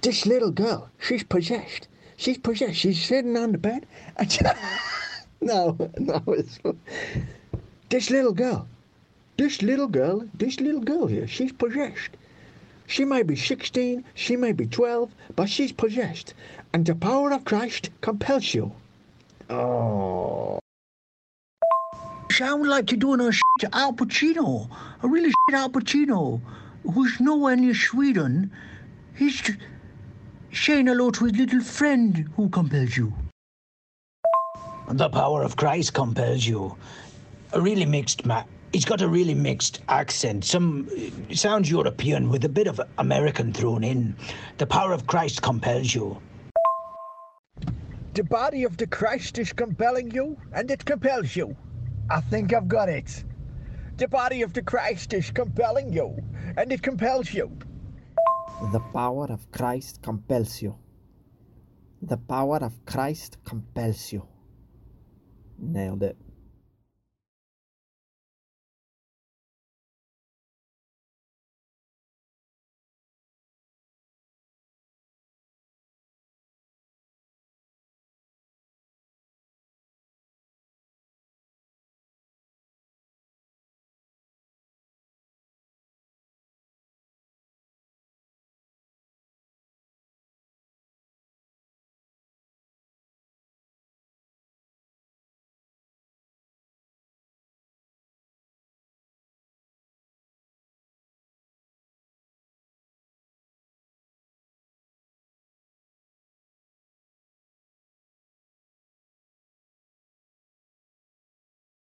This little girl, she's possessed. She's possessed. She's sitting on the bed. And she... no, no, it's. This little girl, this little girl, this little girl here, she's possessed. She may be 16, she may be 12, but she's possessed. And the power of Christ compels you. Oh.
sound like you're doing a shit Al Pacino, a really shit Al Pacino, who's nowhere near Sweden. He's just saying hello to his little friend who compels you. The power of Christ compels you. A really mixed ma He's got a really mixed accent. Some uh, sounds European with a bit of American thrown in. The power of Christ compels you.
The body of the Christ is compelling you, and it compels you.
I think I've got it. The body of the Christ is compelling you, and it compels you.
The power of Christ compels you. The power of Christ compels you. Nailed it.